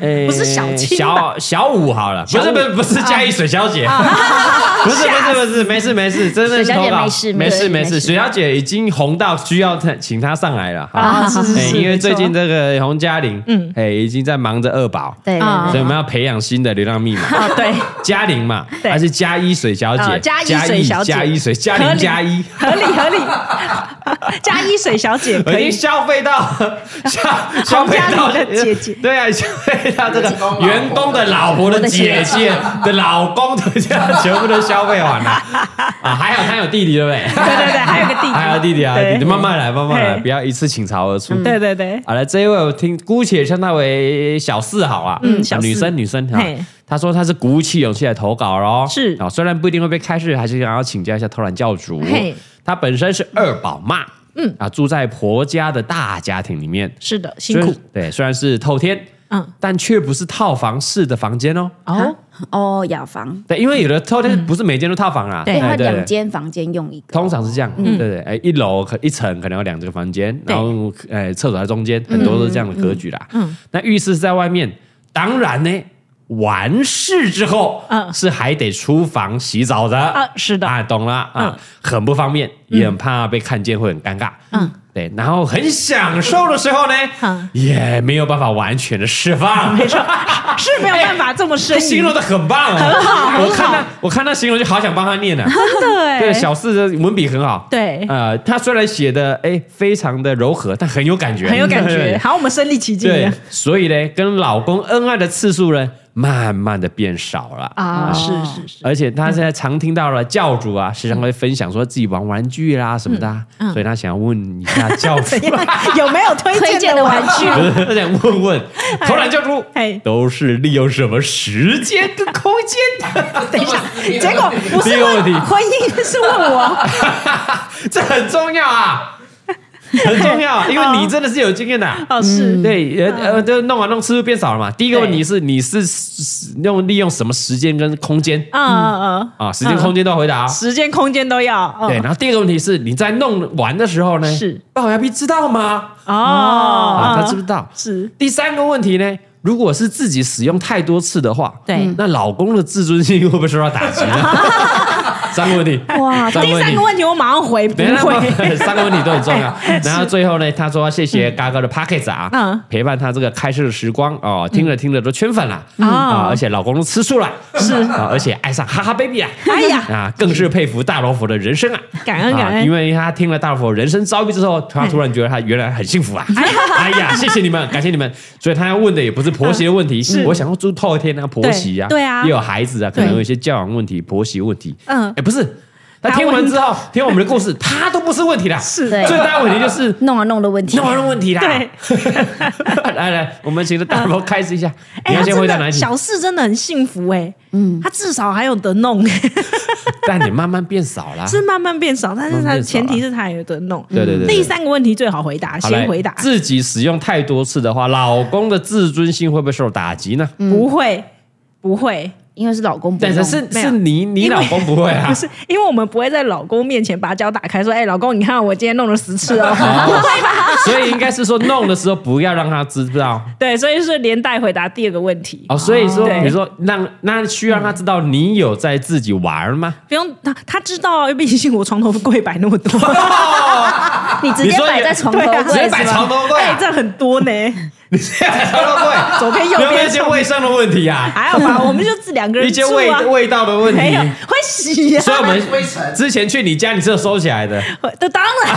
Speaker 1: 诶
Speaker 2: 不是小青吧
Speaker 1: 小小五好了，不是不是不是嘉义水小姐， 不是不是不是，没事没事，真的是
Speaker 3: 水小姐
Speaker 1: 投稿
Speaker 3: 没事
Speaker 1: 没
Speaker 3: 没
Speaker 1: 事
Speaker 3: 事
Speaker 1: 没
Speaker 3: 没
Speaker 1: 事，
Speaker 3: 事
Speaker 1: 水小姐已经红到需要她请她上来了。好了
Speaker 2: 啊，是是
Speaker 1: 哎
Speaker 2: 是，
Speaker 1: 因为
Speaker 2: 没错
Speaker 1: 最近这个洪嘉玲，嗯，哎，已经在忙着二宝，
Speaker 3: 对对
Speaker 2: 啊
Speaker 3: 对
Speaker 1: 所以我们要培养新的流浪密码。
Speaker 2: 啊，对，
Speaker 1: 嘉玲嘛，
Speaker 2: 对
Speaker 1: 还是嘉一水小姐，
Speaker 2: 呃嘉一
Speaker 1: 义
Speaker 2: 水小姐
Speaker 1: 嘉一水，嘉
Speaker 2: 合
Speaker 1: 玲
Speaker 2: 理
Speaker 1: 嘉一，
Speaker 2: 合理 合理。加一水小姐
Speaker 1: 我
Speaker 2: 可
Speaker 1: 已经
Speaker 2: 以，
Speaker 1: 消费 到消消费到
Speaker 2: 洪嘉玲的姐姐
Speaker 1: 对啊，消费到这个员工的老婆的姐姐的老公的这样全部都消费 完了啊，还好他有弟弟，对不对？
Speaker 2: 对对对，还有个弟弟，
Speaker 1: 还有弟弟啊，弟弟
Speaker 2: 对
Speaker 1: 慢慢来，慢慢来，
Speaker 2: 嘿嗯
Speaker 1: 不要一次倾巢而出。
Speaker 2: 对对对，
Speaker 1: 好了，这一位我听姑且称她为小四好了，
Speaker 2: 嗯
Speaker 1: 啊
Speaker 2: 小四
Speaker 1: 女生女生哈
Speaker 2: 嘿，
Speaker 1: 她说她是鼓起勇气来投稿喽，
Speaker 2: 是
Speaker 1: 啊，虽然不一定会被开示，还是想要请教一下偷懒教主
Speaker 3: 嘿，
Speaker 1: 她本身是二宝妈，嗯啊，住在婆家的大家庭里面，
Speaker 2: 是的，辛
Speaker 1: 虽
Speaker 2: 苦
Speaker 1: 然，对，虽然是透天，
Speaker 2: 嗯，
Speaker 1: 但却不是套房式的房间哦，
Speaker 2: 哦，
Speaker 3: 哦，雅房，
Speaker 1: 对，因为有的透天不是每间都套房啦，
Speaker 2: 嗯对
Speaker 1: 哎
Speaker 3: 它两间房间用一个，
Speaker 1: 通常是这样，对对，哎，一楼可一层可能有两个房间，
Speaker 2: 对
Speaker 1: 然后哎厕所在中间，很多都是这样的格局啦。嗯，那浴室是在外面，当然呢，完事之后，
Speaker 2: 嗯
Speaker 1: 是还得出房洗澡的
Speaker 2: 啊是的
Speaker 1: 啊，懂了啊，很不方便，也很怕被看见会很尴尬。嗯，对，然后很享受的时候呢
Speaker 2: 嗯，
Speaker 1: 也没有办法完全的释放，没错，
Speaker 2: 是没有办法这么深
Speaker 1: 他形
Speaker 2: 入
Speaker 1: 容的很棒啊，很好，我看他，我看他形容就好想帮他念啊。
Speaker 2: 对
Speaker 1: 对，小四的文笔很好。
Speaker 2: 哎对
Speaker 1: 呃，他虽然写的哎非常的柔和，但很有感觉，
Speaker 2: 很有感觉，
Speaker 1: 对。
Speaker 2: 好，我们身临其境
Speaker 1: 对
Speaker 2: 了，
Speaker 1: 所以呢，跟老公恩爱的次数呢，慢慢的变少了。
Speaker 2: 啊，是是是，
Speaker 1: 而且他现在常听到了教主啊，时常会分享说自己玩玩具啦什么的啊，
Speaker 2: 嗯
Speaker 1: 所以他想要问一下教 主，
Speaker 2: 怎样？有没有推
Speaker 3: 推荐
Speaker 2: 荐
Speaker 3: 的
Speaker 2: 玩
Speaker 3: 玩具
Speaker 1: 不是他想问问投篮教主
Speaker 2: 哎，
Speaker 1: 都是利用什么时间跟空 间的？
Speaker 2: 等一下，结果不
Speaker 1: 第一
Speaker 2: 是
Speaker 1: 个问题
Speaker 2: 问婚姻，是问 我。
Speaker 1: 这很重要啊，很重 要，啊因为你真的是有经验的啊、
Speaker 2: 哦，是
Speaker 1: 对，呃呃，就弄完弄次数变少了嘛。第一个
Speaker 2: 对
Speaker 1: 问题是，你是是用利用什么时间跟空间
Speaker 2: 啊啊
Speaker 1: 啊？时间、空间都要回答、哦。
Speaker 2: 时间、空间都要。嗯
Speaker 1: 对，然后第二个问题是，你在弄完的时候呢，
Speaker 2: 是
Speaker 1: 龅牙 B 知道吗？
Speaker 2: 哦，
Speaker 1: 啊，
Speaker 2: 啊
Speaker 1: 他知不知道？
Speaker 2: 是
Speaker 1: 第三个问题呢，如果是自己使用太多次的话，
Speaker 2: 对嗯
Speaker 1: 那老公的自尊心会不会受到打 击呢？三个问题，
Speaker 3: 哇
Speaker 2: 第三个问题，我马上回，不
Speaker 1: 等一下
Speaker 2: 会。哎
Speaker 1: 三个问 题都很重 要。然后最后呢，他说谢谢嘎哥的 Pockets 啊，
Speaker 2: 嗯
Speaker 1: 陪伴他这个开车的时光哦，听着听着都圈粉了、
Speaker 2: 嗯
Speaker 1: 啊，
Speaker 2: 哦
Speaker 1: 而且老公都吃素了，是啊，而且爱上哈哈 baby 啊，
Speaker 2: 哎呀，
Speaker 1: 啊，更是佩服大老虎的人 生啊，
Speaker 2: 感恩感
Speaker 1: 啊，
Speaker 2: 恩
Speaker 1: 因为他听了大老虎人生遭遇之后，他突然觉得他原来很幸 福啊，哎呀，谢谢你们，感谢你们，所以他要问的也不是婆媳的问题，我想要住透天啊，婆媳啊，
Speaker 2: 嗯对对啊
Speaker 1: 也有孩子啊，可能有一些教养问题、婆媳问题，
Speaker 2: 嗯
Speaker 1: 哎，不是。他听完之后，听我们的故事，他都不是问题啦。
Speaker 2: 是
Speaker 3: 对
Speaker 1: 最大的问题就是
Speaker 3: 弄啊弄的问题
Speaker 1: 弄，完了问题啦。
Speaker 2: 对，
Speaker 1: 来来，我们请这大伯开始一下，你
Speaker 2: 哎，
Speaker 1: 要
Speaker 2: 他
Speaker 1: 先回
Speaker 2: 真
Speaker 1: 答哪一
Speaker 2: 的
Speaker 1: 题？
Speaker 2: 小四真的很幸福哎，嗯，他至少还有得弄，
Speaker 1: 但你慢慢变少啦。
Speaker 2: 是慢慢变少，但是
Speaker 1: 啊慢慢
Speaker 2: 他
Speaker 1: 变少了
Speaker 2: 前提是他有得弄。
Speaker 1: 对对对对
Speaker 2: 第三个问题最好回答，
Speaker 1: 好来
Speaker 2: 先回答，
Speaker 1: 自己使用太多次的话，老公的自尊心会不会受打击呢？
Speaker 2: 不会不会，
Speaker 3: 因为是老公不
Speaker 1: 但
Speaker 3: 弄，
Speaker 1: 是是
Speaker 2: 没
Speaker 1: 是
Speaker 2: 有
Speaker 1: 你你
Speaker 2: 因为
Speaker 1: 老公不会啊？
Speaker 2: 不是，因为我们不会在老公面前把脚打开，说：“哎、老公，你看我今天弄了十次 哦。
Speaker 1: 哦， 所以应该是说弄的时候不要让他知道
Speaker 2: 对，所以是连带回答第二个问题，
Speaker 1: 哦。所以说，
Speaker 2: 对
Speaker 1: 比如说让那需要让他知道你有在自己玩吗？
Speaker 2: 不用他他知道，因为毕竟我床头柜摆那 么多，
Speaker 3: 你直接摆在床头
Speaker 2: 你说有
Speaker 1: 直接
Speaker 3: 柜
Speaker 1: 摆
Speaker 3: 是
Speaker 1: 床
Speaker 3: 吗？
Speaker 1: 头柜
Speaker 2: 哎、
Speaker 1: 啊，
Speaker 2: 这很多呢，
Speaker 1: 你直接摆床头柜，
Speaker 2: 哎 左边
Speaker 1: 有
Speaker 2: 右
Speaker 1: 没有一
Speaker 2: 边
Speaker 1: 些
Speaker 2: 上面，
Speaker 1: 卫生的问题啊？
Speaker 2: 还好 吧，我们就自两个人
Speaker 1: 一些
Speaker 2: 住
Speaker 1: 味
Speaker 2: 啊，
Speaker 1: 味道的问
Speaker 2: 没有
Speaker 1: 题。
Speaker 2: 会洗呀、
Speaker 1: 所以我
Speaker 4: 灰
Speaker 1: 们
Speaker 4: 尘
Speaker 1: 之前去你家，你是有收起来的，
Speaker 2: 会都当 然。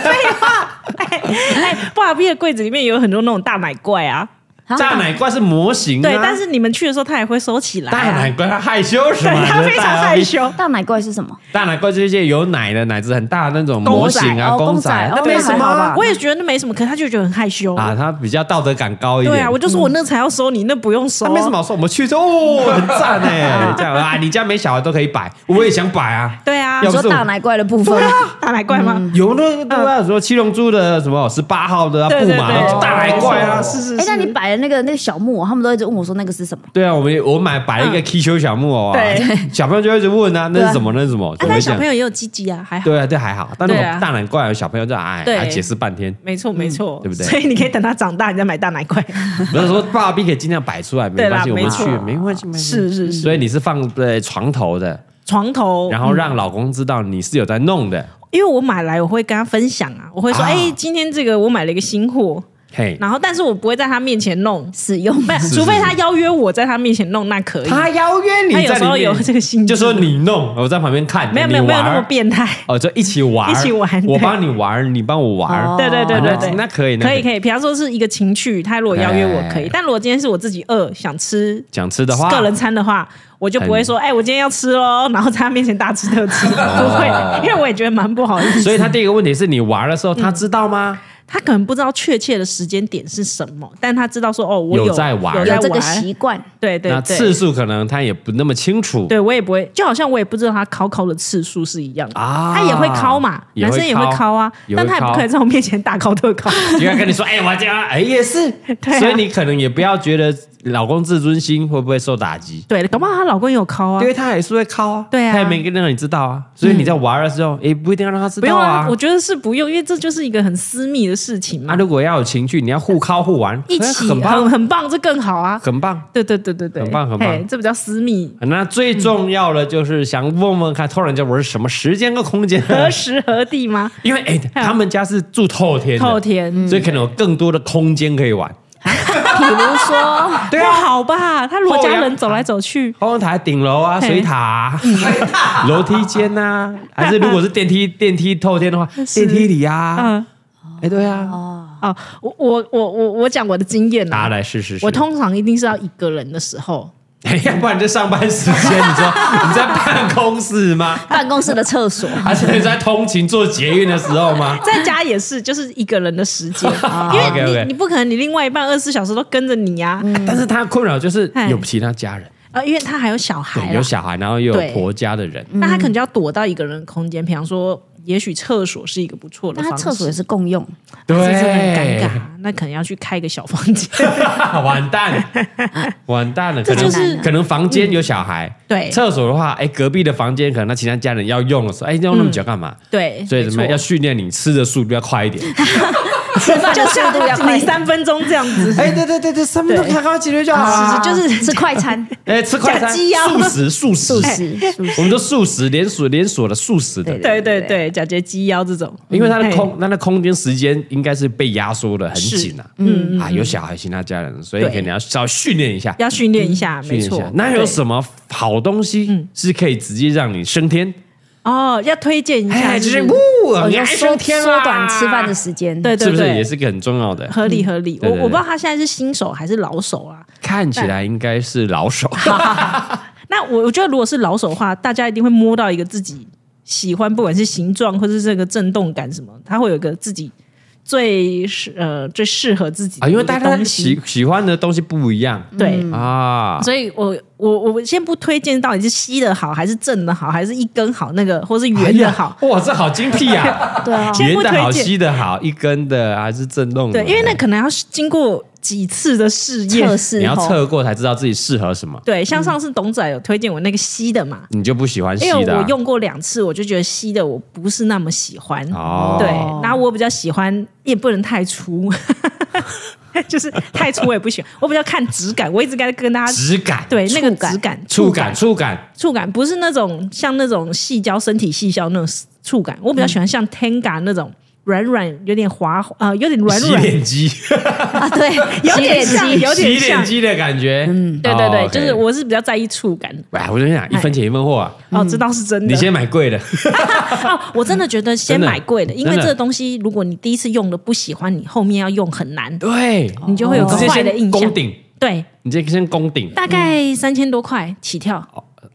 Speaker 2: 废话，哎哎，不好毕的柜子里面有很多那种大奶怪啊，
Speaker 3: 啊
Speaker 1: 大奶怪是模型、啊，
Speaker 2: 对，但是你们去的时候他也会收起来、啊，
Speaker 1: 大奶怪他害羞是
Speaker 2: 对
Speaker 1: 吗？
Speaker 2: 他非常害。羞，
Speaker 3: 大奶怪是什么？
Speaker 1: 大奶怪就是一些有奶的奶子很大的那种模
Speaker 3: 公仔
Speaker 1: 型啊，
Speaker 3: 哦
Speaker 1: 公
Speaker 3: 公
Speaker 1: 仔
Speaker 3: 仔
Speaker 1: 啊，
Speaker 3: 哦
Speaker 1: 那没什
Speaker 3: 那
Speaker 1: 么
Speaker 3: 还好
Speaker 1: 啊
Speaker 3: 吧
Speaker 2: 我也觉得那没什么，可是他就觉得很害羞
Speaker 1: 啊，他比较道德感高一点。
Speaker 2: 哦对啊，我就说我那才要收你，那不用收
Speaker 1: 他嗯
Speaker 2: 啊，
Speaker 1: 没什么好说，我们去就哦，很赞 哎，这样啊，你家没小孩都可以摆，我也想摆啊。
Speaker 2: 对啊
Speaker 1: 要
Speaker 3: 你
Speaker 1: 不
Speaker 3: 说
Speaker 1: 是我
Speaker 3: 大奶怪的部分，
Speaker 2: 大奶怪吗？
Speaker 1: 有那个对啊，什么七龙珠的什么十八号的啊
Speaker 2: 对
Speaker 1: 布
Speaker 2: 对
Speaker 1: 嘛
Speaker 2: 对，
Speaker 1: 大奶怪啊，
Speaker 2: 是是
Speaker 3: 哎，
Speaker 2: 是，
Speaker 3: 那你摆了来那个那个小木偶，他们都一直问我说那个是什么。
Speaker 1: 对啊，我们也我买摆了一个 K 球小木偶啊，
Speaker 2: 嗯对
Speaker 1: 小朋友就会一直问啊，那是什么？那是什么？
Speaker 2: 啊，
Speaker 1: 怎么
Speaker 2: 但
Speaker 1: 会
Speaker 2: 小
Speaker 1: 讲
Speaker 2: 朋？友也有鸡鸡啊，还好。
Speaker 1: 对啊，对还好，但那
Speaker 2: 对啊
Speaker 1: 种大奶怪的小朋友就哎
Speaker 2: 对
Speaker 1: 哎解释半天。
Speaker 2: 没错，没错，
Speaker 1: 对不对嗯
Speaker 2: 所以你可以等他长大，你再买大奶块。
Speaker 1: 不是说爸比可以尽量摆出来，没
Speaker 2: 对
Speaker 1: 关
Speaker 2: 啦
Speaker 1: 系，我们
Speaker 2: 没错
Speaker 1: 去没关系，没关系。
Speaker 2: 是是是，
Speaker 1: 所以你是放在床头的，
Speaker 2: 床头，
Speaker 1: 嗯然后让老公知道你是有在弄的，
Speaker 2: 因为我买来我会跟他分享啊，我会说，
Speaker 1: 啊
Speaker 2: 哎、今天这个我买了一个新货，
Speaker 1: 嘿。
Speaker 2: 然后但是我不会在他面前弄，
Speaker 3: 使用
Speaker 2: 不，
Speaker 1: 是
Speaker 2: 除非他邀约我在他面前弄，那可以。
Speaker 1: 他邀约你
Speaker 2: 他有
Speaker 1: 在
Speaker 2: 时候
Speaker 1: 里
Speaker 2: 有
Speaker 1: 面，
Speaker 2: 这个心机
Speaker 1: 就说你弄，我在旁边看，
Speaker 2: 没有
Speaker 1: 你
Speaker 2: 没有没有
Speaker 1: 玩
Speaker 2: 那么变态，
Speaker 1: 哦，就一起玩，
Speaker 2: 一起玩
Speaker 1: 我
Speaker 2: 对
Speaker 1: 帮你玩，你帮我玩，
Speaker 3: 哦
Speaker 2: 对对对对
Speaker 1: 哦
Speaker 2: 对，
Speaker 1: 那可以那
Speaker 2: 可
Speaker 1: 可以
Speaker 2: 以可以。比方说是一个情趣，他如果邀约我可以
Speaker 1: 哎，
Speaker 2: 但如果今天是我自己饿想吃
Speaker 1: 讲吃的话，
Speaker 2: 个人餐的话，我就不会说，哎，我今天要吃喽，然后在他面前大吃特 吃，不会，因为我也觉得蛮不好意思。
Speaker 1: 哦所以他第一个问题是你玩的时候，
Speaker 2: 嗯
Speaker 1: 他知道吗？
Speaker 2: 他可能不知道确切的时间点是什么，但他知道说，哦，我
Speaker 1: 有在玩
Speaker 2: 有在
Speaker 3: 有这个
Speaker 2: 玩，
Speaker 3: 习惯，
Speaker 2: 对对
Speaker 1: 那次
Speaker 2: 对。
Speaker 1: 数可能他也不那么清楚，
Speaker 2: 对，我也不会，就好像我也不知道他考考的次数是一样的
Speaker 1: 啊
Speaker 2: 他也会考嘛，
Speaker 1: 也
Speaker 2: 男
Speaker 1: 会
Speaker 2: 生也会
Speaker 1: 敲
Speaker 2: 考啊，
Speaker 1: 也会
Speaker 2: 但他也不
Speaker 1: 敲
Speaker 2: 可以在我面前大考特考。
Speaker 1: 就要跟你说，哎，我这样，哎，也是，
Speaker 2: 啊
Speaker 1: 所以你可能也不要觉得老公自尊心会不会受打击，
Speaker 2: 对，搞不好她老公有考啊
Speaker 1: 因。为他也是会靠啊，
Speaker 2: 对啊嗯
Speaker 1: 他也没让你知道啊，所以你在玩的时候也不一定要让他知
Speaker 2: 不用
Speaker 1: 道
Speaker 2: 啊，我觉得是不用，因为这就是一个很私密的事情
Speaker 1: 那
Speaker 2: 嘛。
Speaker 1: 如果要有情趣，你要互靠互玩，哎
Speaker 2: 一起
Speaker 1: 啊很
Speaker 2: 很
Speaker 1: 棒，
Speaker 2: 很棒，这更好啊。
Speaker 1: 很棒。
Speaker 2: 对对对对对，
Speaker 1: 很棒很棒
Speaker 2: 嘿这比较私密，
Speaker 1: 那最重要的就是想问问看，突然间我是什么时间跟空间？
Speaker 2: 何时何地吗？
Speaker 1: 因为 哎，他们家是住透天的，
Speaker 2: 透天，嗯
Speaker 1: 所以可能有更多的空间可以玩。
Speaker 3: 比如说
Speaker 1: 对
Speaker 2: 不
Speaker 1: 啊，
Speaker 2: 好吧？他罗
Speaker 1: 后
Speaker 2: 家
Speaker 1: 阳
Speaker 2: 人走来走去，
Speaker 1: 后阳台、顶楼啊、
Speaker 2: 嘿嗯
Speaker 1: 水塔啊、 楼梯间 呐，还是如果是电梯电梯透天的话，电梯里啊，
Speaker 2: 嗯，
Speaker 1: 哎，对啊，
Speaker 2: 哦，我我我我我讲我的经验
Speaker 1: 大家
Speaker 2: 啊，
Speaker 1: 来试试试。
Speaker 2: 我通常一定是要一个人的时候，
Speaker 1: 哎，要不然你在上班时间，你说你在办公室吗？
Speaker 3: 办公室的 厕所，
Speaker 1: 还是你在通勤做捷运的时候吗？
Speaker 2: 在家也是，就是一个人的时 间，因为
Speaker 1: 哦 OK，OK
Speaker 2: 你你不可能你另外一半二十四小时都跟着你呀，
Speaker 1: 啊但是他困扰就是
Speaker 2: 嗯哎
Speaker 1: 有其他家人，
Speaker 2: 啊，因为他还有小孩
Speaker 1: 对，
Speaker 2: 啦
Speaker 1: 有，小孩，然后又
Speaker 2: 对
Speaker 1: 有婆家的人。
Speaker 2: 那他可能就要躲到一个人的空间，比方说，也许厕所是一个不错的
Speaker 3: 那
Speaker 2: 方
Speaker 3: 他
Speaker 2: 式，
Speaker 3: 厕所也是共用，
Speaker 1: 对，
Speaker 2: 这就很尴尬，那可能要去开一个小房间，
Speaker 1: 完蛋，完蛋了，可
Speaker 2: 这
Speaker 1: 能、
Speaker 2: 就是嗯
Speaker 1: 可能房间有小孩，
Speaker 2: 对
Speaker 1: 厕所的话，哎，隔壁的房间可能他其他家人要用的时候，哎，要那么久干嘛？
Speaker 2: 嗯对，
Speaker 1: 所以怎么样
Speaker 2: 没
Speaker 1: 要
Speaker 2: 错
Speaker 1: 训练你吃的速度要快 一点？
Speaker 3: 吃饭
Speaker 2: 就
Speaker 3: 的速度要
Speaker 2: 像
Speaker 3: 快
Speaker 2: 你，三分钟这样 子，
Speaker 1: 哎，对对对对，三分钟刚刚解决就好
Speaker 3: 啊
Speaker 1: 了。
Speaker 3: 就是吃快餐、
Speaker 1: 哎，吃快餐，
Speaker 2: 假鸡腰
Speaker 1: 素食，素
Speaker 3: 素
Speaker 1: 食，
Speaker 3: 食、素食
Speaker 1: 我们都素食，连锁连锁的素食的
Speaker 3: 对，
Speaker 2: 对对对，假节鸡腰这种，
Speaker 1: 因为它的
Speaker 2: 嗯
Speaker 1: 空，它的空间时间应该是被压缩的很紧啊。嗯啊，有小孩，其他家人，所以
Speaker 2: 对
Speaker 1: 可能要稍微训练一下
Speaker 2: 嘿。要训练一下，
Speaker 1: 嗯训
Speaker 2: 没
Speaker 1: 练一
Speaker 2: 错
Speaker 1: 下，，那有
Speaker 2: 对嗯
Speaker 1: 什么好东西是可以直接让你升天？
Speaker 2: 哦，要推荐一下，
Speaker 1: 哎，
Speaker 2: 就
Speaker 1: 就是
Speaker 2: 是
Speaker 1: 呜，
Speaker 3: 哦，
Speaker 1: 你
Speaker 3: 要
Speaker 1: 要
Speaker 3: 缩
Speaker 1: 升天
Speaker 3: 缩
Speaker 1: 啦
Speaker 3: 短吃饭的时间，
Speaker 2: 对
Speaker 1: 是
Speaker 2: 对
Speaker 1: 不是也
Speaker 2: 对，
Speaker 1: 是个很重要的？
Speaker 2: 合理合理。我
Speaker 1: 对对对
Speaker 2: 我不知道他现在是新手还是老手啊啦。
Speaker 1: 看起来应该是老手，
Speaker 2: 那我我觉得如果是老手的话，大家一定会摸到一个自己喜欢，不管是形状或是这个震动感什么，它会有一个自己最适呃最适合自己的
Speaker 1: 啊，因为
Speaker 2: 一个
Speaker 1: 大家
Speaker 2: 东
Speaker 1: 喜
Speaker 2: 西嗯
Speaker 1: 喜欢的东西不一样
Speaker 2: 对。
Speaker 3: 嗯
Speaker 1: 啊。
Speaker 2: 所以我，我我先不推荐到底是吸的好，还是正的好，还是一根好，那个或是
Speaker 1: 哎
Speaker 2: 圆的
Speaker 1: 呀
Speaker 2: 好，，
Speaker 1: 哇，这好精辟啊！
Speaker 3: 对啊，
Speaker 2: 先
Speaker 1: 圆
Speaker 2: 不
Speaker 1: 的
Speaker 2: 推
Speaker 1: 好，
Speaker 2: 荐
Speaker 1: 细的好，一根的还是震动的？
Speaker 2: 对，因为那可能要经过几次的试验
Speaker 3: 测。
Speaker 1: 你
Speaker 3: 试
Speaker 1: 要
Speaker 3: 后，
Speaker 1: 测过才知道自己适合什么，
Speaker 2: 对，像上次董仔有推荐我那个吸的嘛，
Speaker 1: 你就不喜欢细
Speaker 2: 因为
Speaker 1: 的
Speaker 2: 哎我
Speaker 1: 啊。
Speaker 2: 用过两次，我就觉得吸的我不是那么喜欢。
Speaker 1: 哦，
Speaker 2: 对，然后我比较喜欢，也不能太粗， 就是太粗我也不喜欢。我比较看质感，我一直该跟大家
Speaker 1: 质感，
Speaker 2: 对那个
Speaker 3: 触感
Speaker 2: 质感、
Speaker 1: 触感，触感，
Speaker 2: 触感不是那种像那种细胶、身体细胶那种触感，我比较喜欢像 Tenga 那种软软、有点滑呃，有点软
Speaker 1: 洗
Speaker 2: 软。
Speaker 1: 脸机，
Speaker 3: 啊，对，
Speaker 2: 有
Speaker 3: 洗
Speaker 2: 点
Speaker 3: 脸
Speaker 2: 像
Speaker 3: 机
Speaker 2: 有
Speaker 1: 洗
Speaker 2: 点像
Speaker 1: 脸机的感觉。嗯，
Speaker 2: 对对对，就是
Speaker 1: 我。
Speaker 2: 我是比较在意触感。
Speaker 1: 哎，我跟你讲，一分钱一分货啊！
Speaker 2: 哦，这倒是真的。
Speaker 1: 你先买贵 的，
Speaker 2: 哦，我真的觉得先
Speaker 1: 真的
Speaker 2: 买贵的，因为
Speaker 1: 真的
Speaker 2: 这个东西，如果你第一次用了不喜欢，你后面要用很难，
Speaker 1: 对，
Speaker 2: 你就会有
Speaker 1: 哦你直接
Speaker 2: 坏的
Speaker 1: 先
Speaker 2: 印
Speaker 1: 攻
Speaker 2: 象。
Speaker 1: 顶，
Speaker 2: 对，
Speaker 1: 你直接先攻顶
Speaker 2: 大概三千多块起跳，